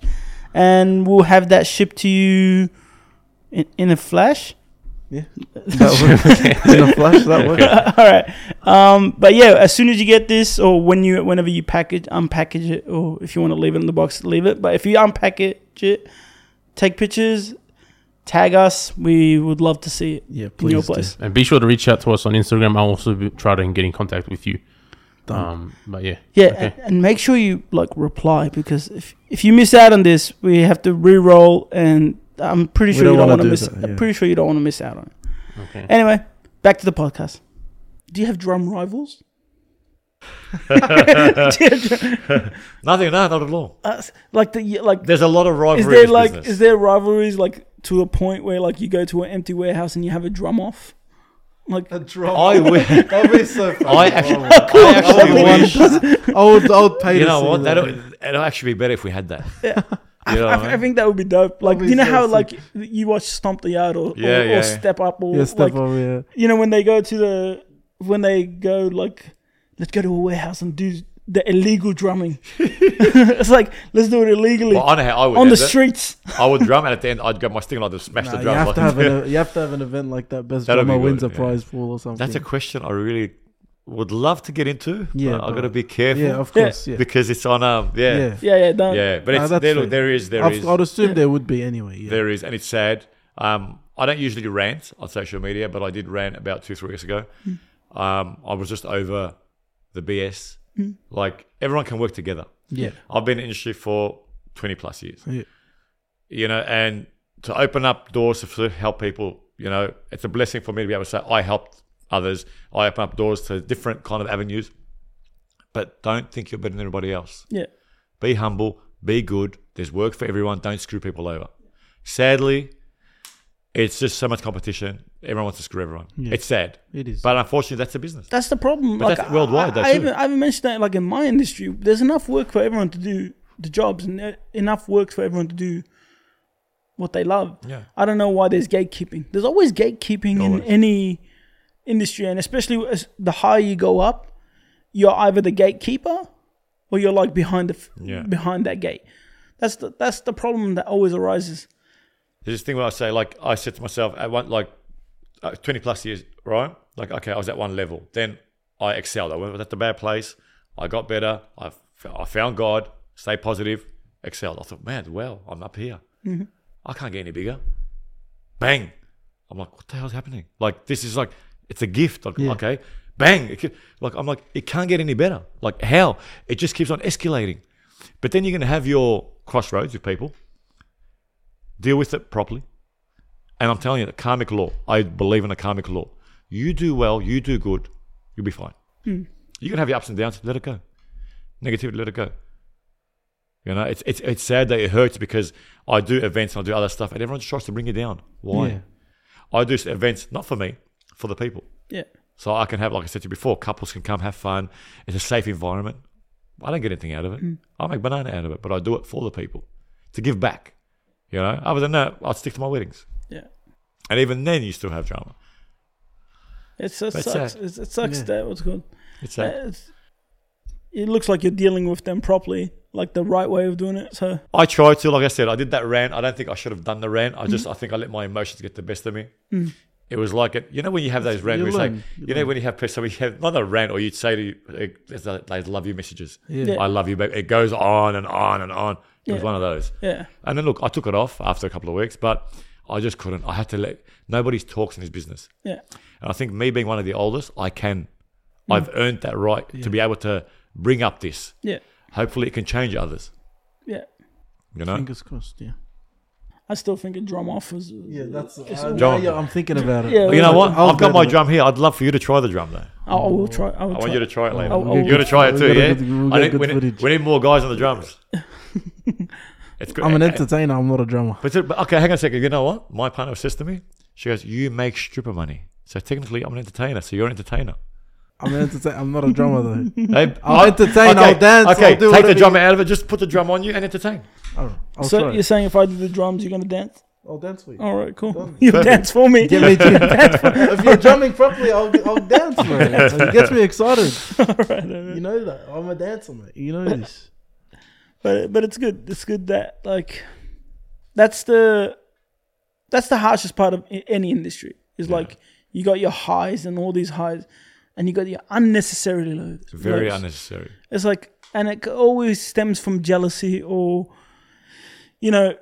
and we'll have that shipped to you in, in a flash. [laughs]
[laughs] That works. In a flash, that works.
All right. Um, but yeah, as soon as you get this, or when you, whenever you package, unpackage it, or if you want to leave it in the box, leave it. But if you unpackage it, take pictures, tag us. We would love to see it
Yeah,
in
please.
your
do.
place.
And be sure to reach out to us on Instagram. I'll also be, try to get in contact with you Um, but yeah.
Yeah,
Okay.
and, and make sure you like reply because if if you miss out on this, we have to re-roll, and I'm pretty
We
sure
don't
you don't want
wanna
to
do
miss.
that,
I'm
yeah.
pretty sure you don't want to miss out on it.
Okay.
Anyway, back to the podcast. Do you have drum rivals? Do you have drum-
Nothing, no, not at all.
uh, like the yeah, like
There's a lot of rivalry.
is
in
there
this
like
business.
is there rivalries like to a point where like you go to an empty warehouse and you have a drum off? Like
A drum.
I
[laughs]
wi-
That'd be so funny.
I actually, I actually wish.
I would, I would pay
You
to
know
see
what?
that.
That'll, it'll actually be better if we had that. You know what
I,
I
I
mean?
think that would be dope. Like,
That'd
you
be
know
so
how
sick.
like you watch Stomp the Yard or,
Yeah,
or,
yeah,
or
yeah.
Step Up or
Yeah, step
like
over, yeah.
you know when they go to the when they go like let's go to a warehouse and do the illegal
[laughs]
drumming. it's like let's do it illegally
Well, I know how I would
on the
end it.
streets. [laughs]
I would drum, and at the end, I'd grab my stick and I'd just smash
Nah,
the
you,
drum.
have
like-
to have [laughs] an, e-, you have to have an event like that. Best
That'll be
drummer wins a
good, yeah.
prize pool or something.
That's a question I really would love to get into.
Yeah,
but I've
but-
got to be careful
yeah, of
Yeah.
course. Yeah,
because it's on. Um, yeah, yeah,
yeah.
Yeah, yeah, don't.
But
Nah,
it's,
that's
there, look,
fair.
there is, there is,
I've, I'd assume there would be anyway. Yeah.
there is, and it's sad. Um, I don't usually rant on social media, but I did rant about two, three years ago.
Hmm.
Um, I was just over the BS. Like everyone can work together.
Hmm. Yeah,
I've been in the industry for 20 plus years.
Yeah.
You know, and to open up doors to sort of help people, you know, it's a blessing for me to be able to say, I helped others. I open up doors to different kind of avenues. But don't think you're better than everybody else.
Yeah.
Be humble, be good. There's work for everyone. Don't screw people over. Sadly, it's just so much competition. Everyone wants to screw everyone. It's sad.
it is.
But unfortunately, that's a business.
That's the problem.
But
like,
that's worldwide, though,
I, I,
too.
even, I even mentioned that like in my industry, there's enough work for everyone to do the jobs, and there- enough work for everyone to do what they love.
Yeah.
I don't know why there's gatekeeping. There's always gatekeeping
Always.
in any industry, and especially as the higher you go up, you're either the gatekeeper or you're like behind the f-
Yeah.
behind that gate. That's the that's the problem that always arises.
There's this thing where I say, like, I said to myself, at one, like, uh, 20 plus years, right? Like, okay, I was at one level. Then I excelled. I went at the bad place. I got better. I, f- I found God, stay positive, excelled. I thought, man, well, I'm up here. I can't get any bigger. Bang. I'm like, what the hell's happening? Like, this is like, it's a gift. Like,
Yeah.
okay, bang. It can, like, I'm like, it can't get any better. Like, how? It just keeps on escalating. But then you're going to have your crossroads with people. Deal with it properly. And I'm telling you, the karmic law. I believe in a karmic law. You do well, you do good, you'll be fine. You can have your ups and downs. Let it go. Negativity, let it go. You know, it's, it's it's sad that it hurts because I do events and I do other stuff, and everyone just tries to bring you down. Why?
Yeah.
I do events not for me, for the people.
Yeah.
So I can have, like I said to you before, couples can come have fun. It's a safe environment. I don't get anything out of it. I make banana out of it, but I do it for the people to give back. You know, other than that, I'd stick to my weddings.
Yeah.
And even then, you still have drama.
It so
That's
sucks.
sad.
It, it sucks
Yeah.
that what's good.
It's sad.
It's- it looks like you're dealing with them properly, like the right way of doing it. So
I tried to, like I said, I did that rant. I don't think I should have done the rant. I just, I think I let my emotions get the best of me. It was like, it, you know, when you have those rants,
you
where it's like,
learn,
you,
you
know, when you have somebody, you have not a rant, or you'd say to, you, like, there's a- those love you messages.
Yeah.
I love you, babe. It goes on and on and on. It was
Yeah.
one of those.
yeah,
And then look, I took it off after a couple of weeks, but I just couldn't. I had to let nobody's talks in this business.
yeah,
And I think me being one of the oldest, I can.
Hmm.
I've earned that right to be able to bring up this.
yeah,
Hopefully, it can change others.
yeah.
You know,
Fingers crossed. Yeah.
I still think a drum off is
Yeah, that's. I,
John.
yeah, I'm thinking about it.
Yeah,
But you know what?
I'll
I've got
bet
my
on it.
drum here. I'd love for you to try the drum though.
I, I will try. I, will
I
try.
want you to try it later.
I'll- I'll-
You're gonna try it
We'll
too,
get a
yeah?
good- we'll
I
get
need,
good
we, need,
footage.
we need more guys on
[laughs]
the drums. it's good.
I'm an entertainer. I'm not a drummer.
But, but okay, hang on a second. You know what? My partner says to me, she goes, "You make stripper money." So technically, I'm an entertainer. So you're an entertainer.
I'm an entertainer. I'm not a drummer [laughs] though.
Hey,
I'll entertain, I'll dance,
Okay,
I'll do
take the
whatever
drum out of it. Just put the drum on you and entertain.
All right, I'll
so
try.
you're saying if I do the drums, you're gonna dance?
I'll dance for you.
All right, cool. [laughs] You dance for me. [laughs]
Get me [laughs] to, if you're drumming properly, I'll, I'll dance, man. [laughs] It gets me excited. You know that. I'm a dancer, mate. You know this.
but but it's good. It's good that like that's the that's the harshest part of a- any industry is like you got your highs and all these highs, and you got your unnecessarily lows.
Very
lows.
unnecessary.
It's like, and it always stems from jealousy or, you know,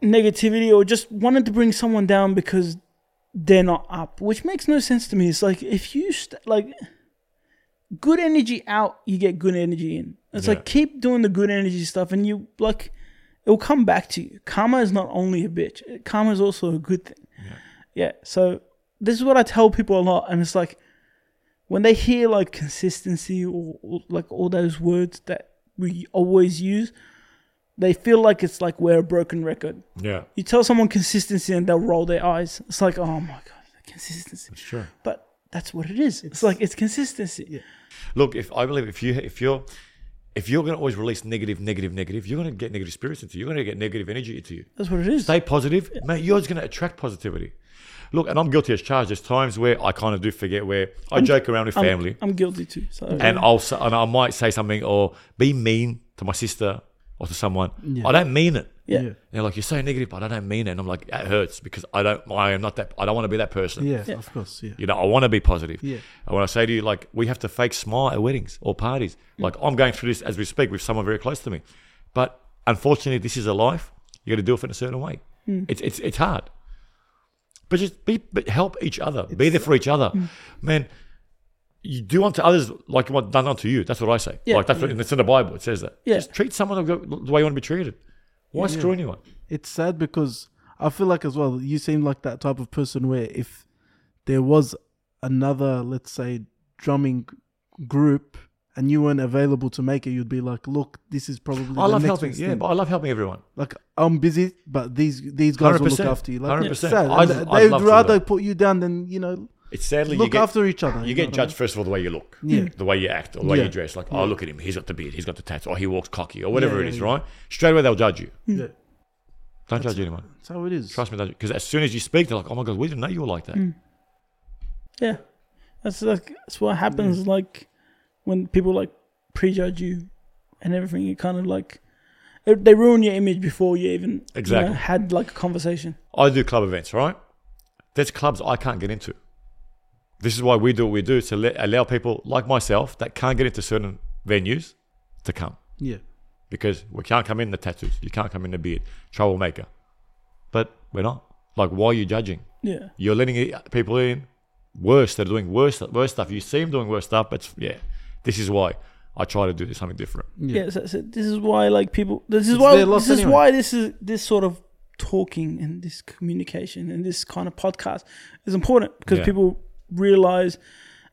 negativity or just wanting to bring someone down because they're not up, which makes no sense to me. It's like if you st- like good energy out, you get good energy in. It's like keep doing the good energy stuff, and you like it will come back to you. Karma is not only a bitch; karma is also a good thing. Yeah. So this is what I tell people a lot, and it's like when they hear like consistency or, or like all those words that we always use, they feel like it's like we're a broken record.
Yeah,
You tell someone consistency, and they'll roll their eyes. It's like, oh my god, consistency
it's true.
but that's what it is. It's, like it's consistency.
Look, if I believe if you if you're if you're going to always release negative, negative, negative, you're going to get negative spirits into you. You're going to get negative energy into you.
That's what it is.
Stay positive, mate. You're just going to attract positivity. Look, and I'm guilty as charged. There's times where I kind of do forget where I joke around with
I'm-
family,
I'm, guilty too. So
and I'll s- and I might say something or be mean to my sister or to someone. I don't mean it.
yeah.
Yeah.
And they're like, "You're so negative," but I don't mean it. And I'm like, "That hurts because I don't. I am not that. I don't want to be that person.
Yeah, of course. Yeah.
You know, I want to be positive.
Yeah.
And when I say to you, like, we have to fake smile at weddings or parties. Like, I'm going through this as we speak with someone very close to me. But unfortunately, this is a life. You got to do it in a certain way.
Hmm.
It's, it's, it's hard. But just be, but help each other. be there for each other.
Hmm.
Man, you do unto others like you want done unto you. That's what I say.
Yeah.
Like, that's what, it's in the Bible. It says that.
Yeah.
Just treat someone the the way you want to be treated. Why screw anyone?
It's sad because I feel like as well you seem like that type of person where if there was another, let's say, drumming group and you weren't available to make it, you'd be like, look, this is probably
I
the
love
next
helping.
best
Yeah,
thing.
but I love helping everyone.
like I'm busy, but these these guys will look
100%,
after you. Like, it's
100%.
sad.
I'd-
And
I'd
they'd
love to
rather
though.
put you down than you know
It's sadly you
look
get,
after each other. know
You get
what I mean?
judged first of all the way you look,
Yeah.
the way you act, or the way
Yeah.
you dress. Like, oh, look at him, he's got the beard, he's got the tats, or he walks cocky, or whatever
yeah,
it is,
yeah.
right? Straight away they'll judge you.
Yeah,
Don't judge anyone.
that's how it is.
Trust me, because as soon as you speak, they're like, oh my god, we didn't know you were like that.
Mm.
yeah. That's like that's what happens. Like when people like prejudge you and everything, you kind of like it, they ruin your image before you even you
Exactly.
know, had like a conversation.
I do club events, right? There's clubs I can't get into. This is why we do what we do to let, allow people like myself that can't get into certain venues to come.
Yeah,
because we can't come in the tattoos. You can't come in the beard. Troublemaker. But we're not. Like, why are you judging?
Yeah.
You're letting it- people in worse. They're doing worse, worse stuff. You see them doing worse stuff, but it's- yeah, this is why I try to do something different.
Yeah. so, so this is why like people. This is
It's
why
their loss
this is
anyway.
why this is this sort of talking and this communication and this kind of podcast is important because
Yeah.
people realize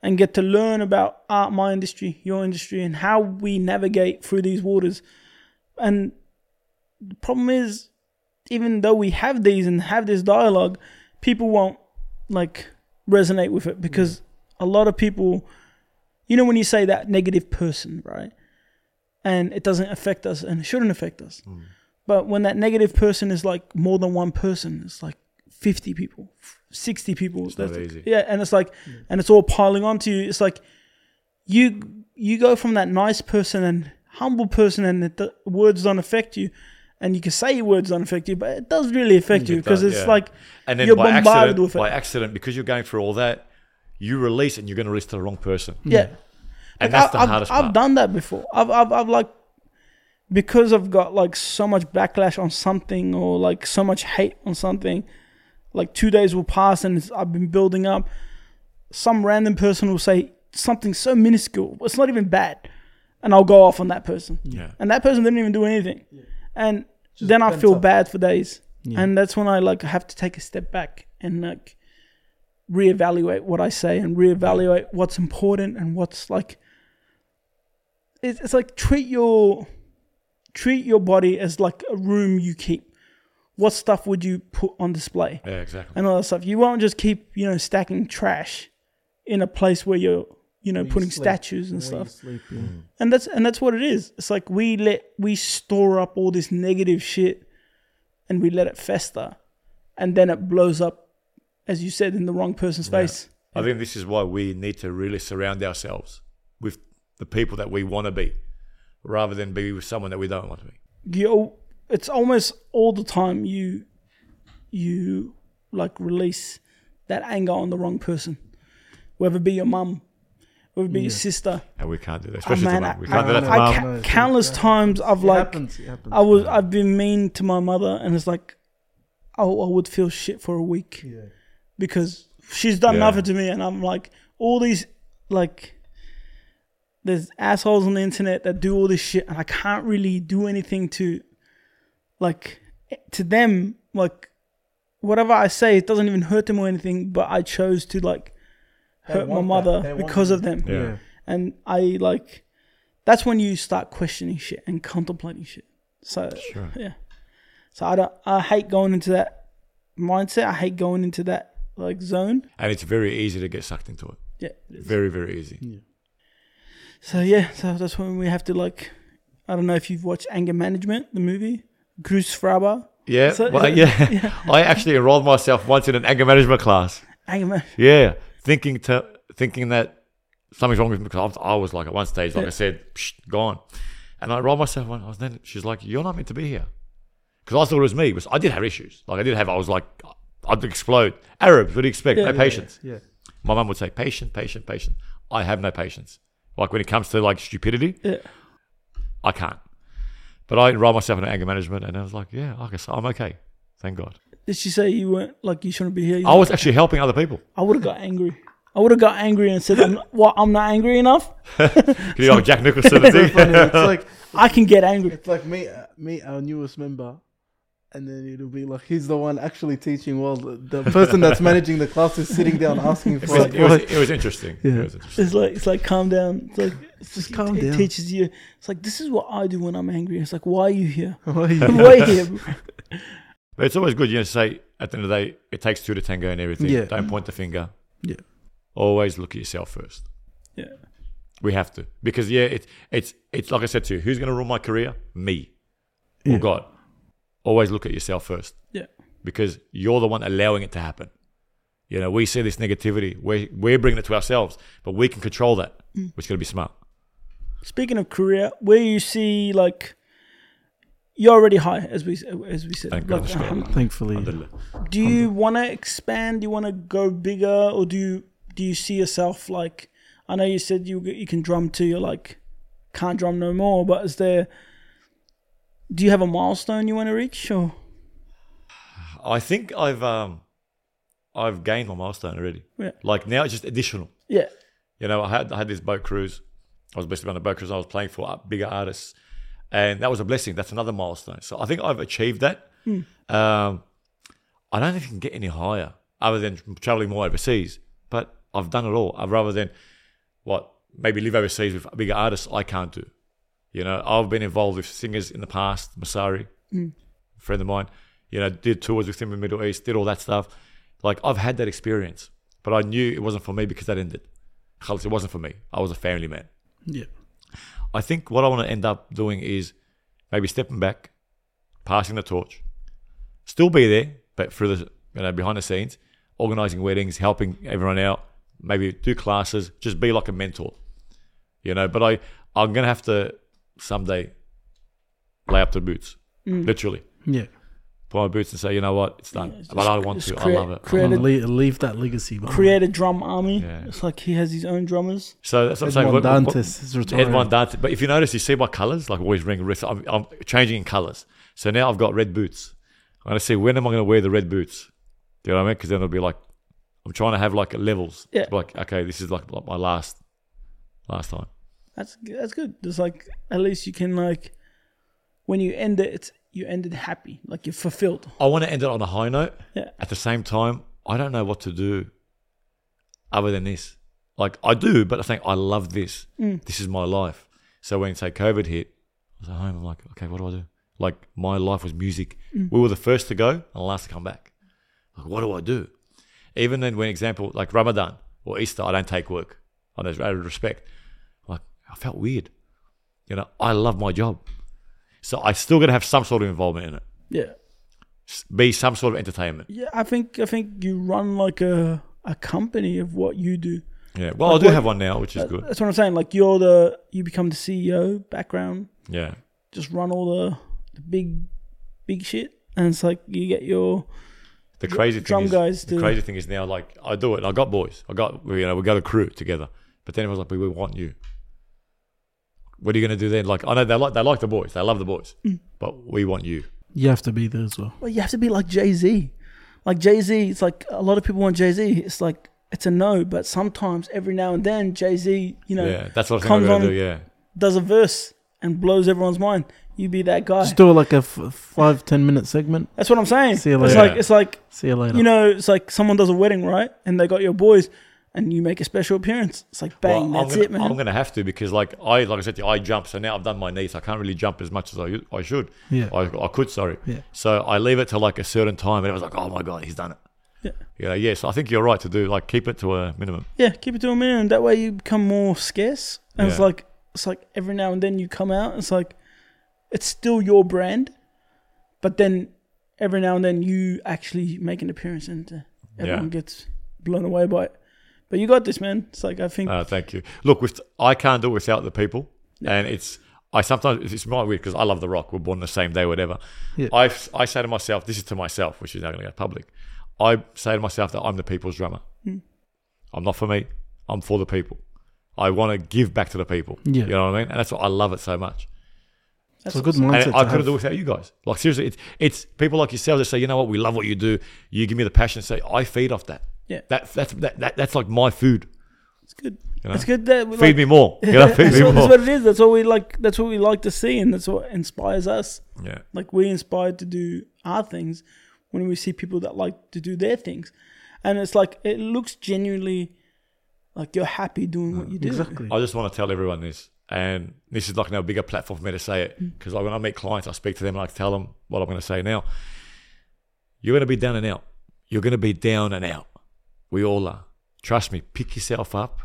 and get to learn about art, my industry, your industry, and how we navigate through these waters. And the problem is, even though we have these and have this dialogue, people won't like resonate with it because a lot of people, you know, when you say that negative person, right? And it doesn't affect us and it shouldn't affect us.
Mm.
But when that negative person is like more than one person, it's like 50 people, 60 people.
not
That's-
easy.
Yeah. And it's like, and it's all piling onto you. It's like, you you go from that nice person and humble person and the, the words don't affect you and you can say your words don't affect you but it does really affect you because
Mm, does,
it's
yeah.
like
And then
you're
by
bombarded
accident,
with it
by accident, because you're going through all that, you release and you're going to release to the wrong person.
yeah Like,
And that's the
I- I've,
hardest
I've
part.
done that before I've, I've i've like because i've got like so much backlash on something or like so much hate on something like two days will pass and it's, i've been building up some random person will say something so minuscule it's not even bad and i'll go off on that person
yeah.
and that person didn't even do anything and then i
pent
feel
up.
bad for days and that's when i like have to take a step back and like reevaluate what i say and reevaluate what's important and what's like it's, it's like treat your treat your body as like a room you keep what stuff would you put on display
Yeah, exactly.
and all that stuff you won't just keep you know stacking trash in a place where you're you know putting
sleep.
statues and
Where you
stuff
sleep, yeah.
Mm.
and that's and that's what it is. It's like we let we store up all this negative shit and we let it fester and then it blows up as you said in the wrong person's face.
I think this is why we need to really surround ourselves with the people that we want to be rather than be with someone that we don't want to be.
You al- it's almost all the time you you like release that anger on the wrong person. Whether it be your mum, whether it be your sister.
And we can't do that.
Oh,
Especially
man,
to
I,
mum. We can't do that to
I
mum.
ca- countless times I've
It
like
happens. It happens.
I was I've been mean to my mother, and it's like, I, I would feel shit for a week
yeah.
because she's done
Yeah.
nothing to me, and I'm like all these like there's assholes on the internet that do all this shit, and I can't really do anything to, like, to them. Like, whatever I say, it doesn't even hurt them or anything. But I chose to like hurt my
want that. They
mother
want
because
that.
of them,
Yeah.
Yeah.
and I like. That's when you start questioning shit and contemplating shit. So
Sure.
yeah, so I don't. I hate going into that mindset. I hate going into that like zone.
And it's very easy to get sucked into it.
Yeah.
Very, very easy.
So yeah, so that's when we have to like, I don't know if you've watched Anger Management, the movie, Gruß Fraba.
Yeah.
So-
well,
so-
yeah. [laughs] I actually enrolled myself once in an anger management class.
Anger Management.
Yeah. Thinking to thinking that something's wrong with me because I was like at one stage, like I said, Psh, gone. And I rolled myself one. I was then she's like, You're not meant to be here. Because I thought it was me. Because I did have issues. Like I did have I was like I'd explode. Arabs, what do you expect? no patience.
Yeah.
My mum would say, patient, patient, patient. I have no patience. Like when it comes to like stupidity,
Yeah.
I can't. But I enrolled myself in anger management and I was like, yeah, I guess I'm okay. Thank God.
Did she say you weren't like you shouldn't be here? You-
I was actually helping other people.
I would have got angry. I would have got angry and said, I'm, "What? I'm not angry enough.
Can you know, Jack
[laughs]
Nicholson? the thing?
Funny,
[laughs]
it's like
I can get angry."
it's like me, uh, me, our newest member, and then it'll be like he's the one actually teaching. Well, the the person
[laughs]
that's managing the class is sitting down asking
It
for
was,
like,
it, was, it was interesting. It
Yeah.
was interesting.
It's like it's like calm down. It's like it's just
calm
it
down.
teaches you. It's like this is what I do when I'm angry. It's like why are you
[laughs]
here?
what are you-
Why are you here? bro?
But it's always good, you know, to say at the end of the day, it takes two to tango and everything.
Yeah.
Don't point the finger.
Yeah.
Always look at yourself first.
Yeah.
We have to. Because yeah, it's it's it's like I said to you, who's gonna rule my career? Me.
Yeah.
Or God. Always look at yourself first.
Yeah.
because you're the one allowing it to happen. You know, we see this negativity, we're, we're bringing it to ourselves, but we can control that, which is going to be smart.
Speaking of Korea, where you see like you're already high as we as we said.
Thank
Like,
goodness, God.
um,
Thankfully,
do you want to expand? Do you want to go bigger, or do you do you see yourself like? I know you said you you can drum till you're like can't drum no more, but is there? Do you have a milestone you want to reach, or
I think I've um, I've gained my milestone already.
Yeah.
Like now it's just additional.
yeah,
You know, I had I had this boat cruise. I was blessed to be on a boat cruise. I was playing for up- bigger artists, and that was a blessing. That's another milestone. So I think I've achieved that. Um, I don't think I can get any higher other than traveling more overseas. But I've done it all. I'd rather than what maybe live overseas with bigger artists. I can't do. You know, I've been involved with singers in the past. Masari, a friend of mine. You know, did tours with him in the Middle East. Did all that stuff. Like I've had that experience, but I knew it wasn't for me because that ended. Khalis, it wasn't for me. I was a family man.
yeah,
I think what I want to end up doing is maybe stepping back, passing the torch, still be there, but through the you know behind the scenes, organizing weddings, helping everyone out, maybe do classes, just be like a mentor, you know. But I I'm gonna have to someday lay up the boots, literally
yeah.
put my boots and say, you know what, it's done. but I don't want
just
to.
create-
I love it.
I
Created-
wanna leave, leave that legacy. behind.
create a drum army?
Yeah.
It's like he has his own drummers.
So that's what I'm saying.
Edmond
What- what-
Dantes is retiring.
Edmond Dante. But if you notice, you see my colours, like always ring wrist. I'm, I'm changing in colours. So now I've got red boots. I'm going to see when am I going to wear the red boots? Do you know what I mean? Because then it'll be like, I'm trying to have like levels.
Yeah.
Like, okay, this is like, like my last, last time.
That's that's good. There's like at least you can like when you end it, it's you ended happy, like you're fulfilled.
I want to end it on a high note.
Yeah.
At the same time, I don't know what to do other than this. Like I do, but I think I love this. This is my life. So when say COVID hit, I was at home. I'm like, okay, what do I do? Like my life was music. We were the first to go and the last to come back. Like what do I do? Even then, when example like Ramadan or Easter, I don't take work. I just out of respect. Like I felt weird. You know, I love my job, so I still got to have some sort of involvement in it
Yeah.
be some sort of entertainment.
Yeah, I think I think you run like a a company of what you do.
Yeah. Well, I do have one now, which is good.
That's what I'm saying. Like you're the you become the CEO background,
Yeah.
just run all the, the big big shit, and it's like you get your
The crazy
drum
thing is,
guys
the
do-
crazy thing is now like I do it. I got boys. I got you know we got a crew together. But then it was like we, we want you. What are you going to do then? Like I know they like they like the boys. They love the boys.
Mm.
But we want you.
You have to be there as well.
well, you have to be like Jay Z. Like Jay Z, it's like a lot of people want Jay Z. It's like it's a no. But sometimes, every now and then, Jay Z, you know,
Yeah, that's what I think I'm
Comes
gonna
on-
do. Yeah,
does a verse and blows everyone's mind. You be that guy.
Just do it like a f- five ten minute segment.
That's what I'm saying.
See you
It's
later.
like it's like
See you later.
you know, it's like someone does a wedding, right? And they got your boys, and you make a special appearance. It's like bang,
Well,
that's
I'm gonna,
it, man.
I'm gonna have to because like I like I said, to you, I jump. So now I've done my knee, so I can't really jump as much as I I should.
Yeah.
I, I could. Sorry.
Yeah.
So I leave it to like a certain time, and it was like, oh my god, he's done it.
Yeah.
You know, yeah. So I think you're right to do like keep it to a minimum.
yeah, keep it to a minimum. That way you become more scarce. And it's
Yeah.
like it's like every now and then you come out. It's like it's still your brand, but then every now and then you actually make an appearance, and uh, everyone
Yeah.
gets blown away by it. But you got this, man. It's like I think
Uh, thank you. Look, with I can't do it without the people, and it's I sometimes it's my weird because I love The Rock. We're born the same day, whatever.
Yeah.
I I say to myself, this is to myself, which is now going to go public. I say to myself that I'm the people's drummer.
Hmm.
I'm not for me. I'm for the people. I want to give back to the people.
Yeah.
You know what I mean? And that's why I love it so much.
that's
it's a good mindset.
And I
to
couldn't
have.
do it without you guys. Like seriously, it's it's people like yourselves that say, you know what, we love what you do. You give me the passion. Say, I feed off that.
Yeah.
That that's that, that that's like my food.
it's good.
know?
It's good that we
Feed
like, [laughs]
me more. You know, feed
that's,
me
what, that's
more.
what it is. That's what we like. That's what we like to see, and that's what inspires us.
yeah.
Like we're inspired to do our things when we see people that like to do their things, and it's like it looks genuinely like you're happy doing what you do.
Exactly.
I just want to tell everyone this, and this is like now a bigger platform for me to say it because like when I meet clients, I speak to them and I tell them what I'm going to say now. You're going to be down and out. You're going to be down and out. We all are. Trust me. Pick yourself up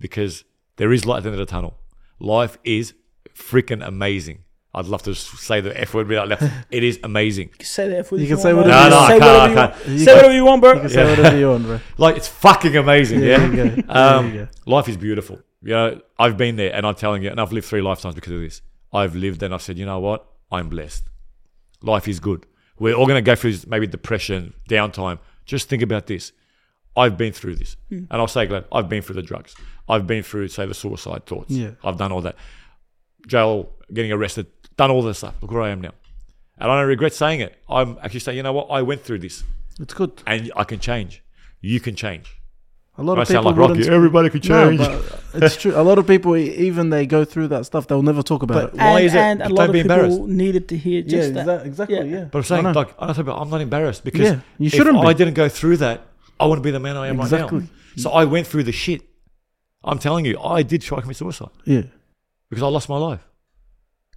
because there is light at the end of the tunnel. Life is freaking amazing. I'd love to s- say the F word, but I left. It is amazing.
You can say that if we
You can
want,
say
bro.
whatever you
No, no, I
say
can't,
whatever
I
you
can't.
want.
You
Say
can-
whatever you want, bro.
[laughs]
You can say whatever you want, bro.
Like it's fucking amazing. Yeah.
There you go. There
Um,
you go.
Life is beautiful. You know, I've been there and I'm telling you, and I've lived three lifetimes because of this. I've lived and I've said, you know what? I'm blessed. Life is good. We're all going to go through this, maybe depression, downtime. Just think about this. I've been through this.
Hmm.
And I'll say, Glenn, I've been through the drugs. I've been through, say, the suicide thoughts.
Yeah.
I've done all that. Jail, getting arrested, done all this stuff. Look where I am now. And I don't regret saying it. I'm actually saying, you know what? I went through this
It's good.
and I can change. You can change.
A lot
I
of people
sound like
wouldn't-
Rocky. Everybody can
No,
change.
but it's true. A lot of people, e- even they go through that stuff, they'll never talk about it.
And,
Why is it-
and a
don't
lot of
be embarrassed.
people needed to hear
Yeah,
just that.
exa- exactly. Yeah.
Yeah.
But I'm saying,
I know.
like, I don't think- I'm not embarrassed because
Yeah, you shouldn't
if
be.
I didn't go through that, I wouldn't be the man I am right
Exactly.
now. So I went through the shit. I'm telling you, I did try to commit suicide
yeah,
because I lost my life.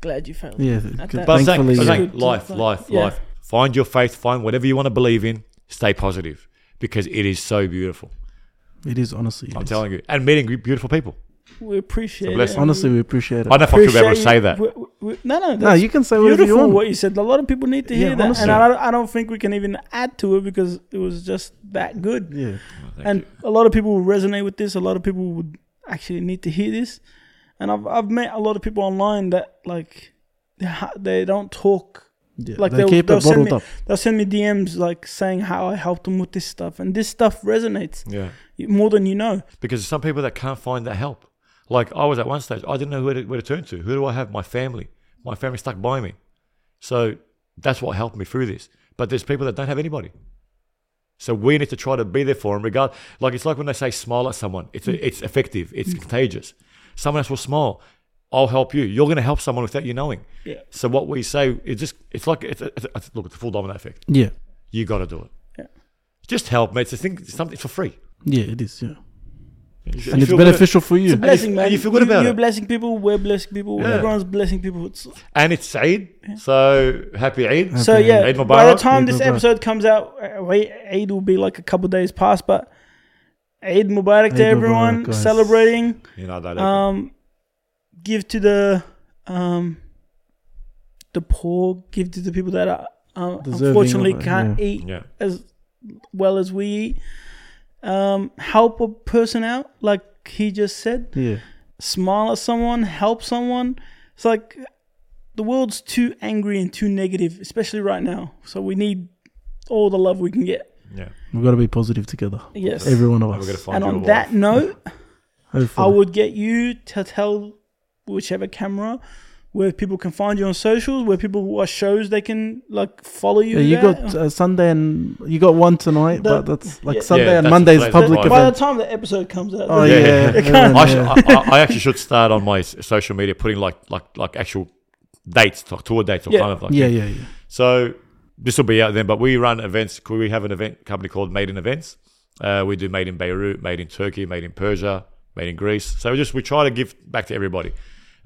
Glad you failed.
yeah.
At
good.
that-
But I'm saying,
Thankfully,
I'm
yeah.
saying
Good
life,
to-
life,
yeah.
life. Find your faith, find whatever you want to believe in, stay positive because it is so beautiful.
it is honestly. it
I'm
is.
telling you. And meeting beautiful people.
We appreciate
blessing.
it.
Honestly, we appreciate it.
I don't know if I should be able to say that.
We- we- we- no, no, that's
no, you can say whatever you
beautiful
want.
what you said. A lot of people need to
Yeah,
hear that,
honestly.
and I, don't- I don't think we can even add to it because it was just that good.
yeah,
and a lot of people will resonate with this. A lot of people would actually need to hear this. And I've I've met a lot of people online that like they ha- they don't talk.
yeah.
Like
they
they'll,
keep
they'll
it
send
bottled
me
up.
they'll send me DMs like saying how I helped them with this stuff, and this stuff resonates
Yeah.
more than you know.
because there's some people that can't find that help. Like I was at one stage, I didn't know where to, where to turn to. Who do I have? My family. My family stuck by me. So that's what helped me through this. But there's people that don't have anybody. So we need to try to be there for them. Regard, like it's like when they say smile at someone. It's
Mm.
it's effective. It's contagious. Someone else will smile. I'll help you. You're going to help someone without you knowing.
Yeah.
So what we say, it just it's like it's, it's, it's look, it's a full domino effect.
Yeah,
You got to do it.
Yeah.
Just help, mate. It's a thing. It's something for free.
yeah, it is. Yeah,
You
and it's
feel better-
beneficial for you.
And you-
Blessing,
and
man.
you feel good about
You're
it.
blessing people. We're blessing people.
Yeah.
Everyone's blessing people. It's,
and it's Eid. So happy Eid.
so yeah.
Eid
by the
Mubarak.
time
Eid
this
Mubarak.
episode comes out, uh, wait, Eid will be like a couple days past. But Eid Mubarak to
Eid
everyone
Mubarak, guys.
celebrating.
you know that.
um, give to the um, the poor, give to the people that are um,
Deserving
unfortunately
of it,
can't
yeah.
eat
yeah,
as well as we eat. Um, help a person out, like he just said.
Yeah,
Smile at someone, help someone. It's like the world's too angry and too negative, especially right now. So we need all the love we can get.
yeah.
we've got to be positive together.
Yes.
Every one of
We're gonna
us.
find
and
you a
on
wife.
that note, I
Hopefully.
would get you to tell whichever camera where people can find you on socials, where people watch shows, they can like follow you.
Yeah, you
there?
got uh, Sunday and you got one tonight,
The-
but that's like
Yeah,
Sunday
that's
and
the
Monday's
place,
public
right.
By the
event.
time the episode comes out,
Oh
yeah.
yeah,
Yeah,
[laughs]
yeah.
everyone,
I, sh-
yeah.
I, I- I actually should start on my s- social media putting like like like actual dates, like tour dates, or
Yeah.
kind of like
yeah, yeah, yeah.
So this will be out then, but we run events. We have an event company called Made in Events. Uh, we do Made in Beirut, Made in Turkey, Made in Persia, Made in Greece. So we just we try to give back to everybody.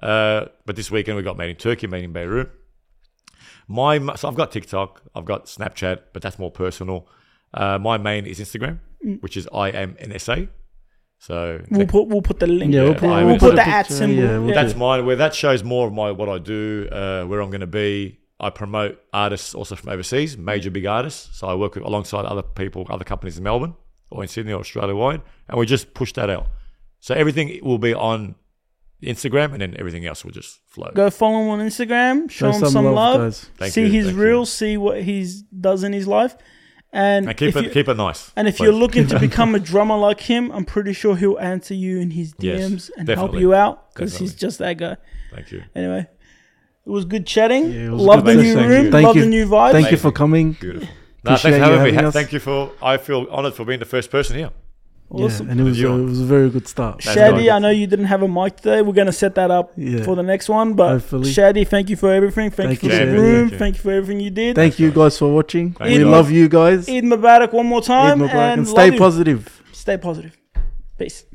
Uh, but this weekend we got Made in Turkey, Made in Beirut. My ma- so I've got TikTok, I've got Snapchat, but that's more personal. Uh, my main is Instagram, which is I am NSA. So
we'll put we'll put the link.
Yeah, we'll
Yeah,
put,
I
we'll
mean,
put
put the
a
at
picture,
symbol.
Yeah, we'll
Yeah.
do
that's my where that shows more of my what I do, uh, where I'm going to be. I promote artists also from overseas, major big artists. So I work with, alongside other people, other companies in Melbourne or in Sydney or Australia wide, and we just push that out. So everything will be on Instagram, and then everything else will just flow.
Go follow him on Instagram. Show
Show
him some love.
guys.
Thank
see
you,
his
thank
reels. See what he's does in his life. And,
And keep
if
it
you-
keep it nice.
And if
please.
you're looking
[laughs]
to become a drummer like him, I'm pretty sure he'll answer you in his DMs
Yes,
and help
definitely.
you out because he's
Definitely.
just that guy.
thank you.
Anyway, it was good chatting.
Yeah, it was
Love the
good
new
session.
room.
Thank
Love
you.
the new vibe.
Thank you
Amazing.
for coming.
Beautiful. No,
Appreciate
thanks for
you
having me.
having
Ha-
us.
Thank you for. I feel honoured for being the first person here.
Awesome.
Yeah, and it was,
You.
a, it was a very good start.
That's
Shadi,
nice.
I know you didn't have a mic today. We're gonna set that up
Yeah.
for the next one. But
Hopefully.
Shadi, thank you for everything. Thank,
Thank
you
you,
for the
Shadi.
room.
Thank you.
Thank you for everything you did.
Thank you guys for watching.
Thank
we
you.
love you guys.
Eid Mubarak one more
Eid
time
Mubarak
and
and stay
love you.
positive.
Stay positive. Peace.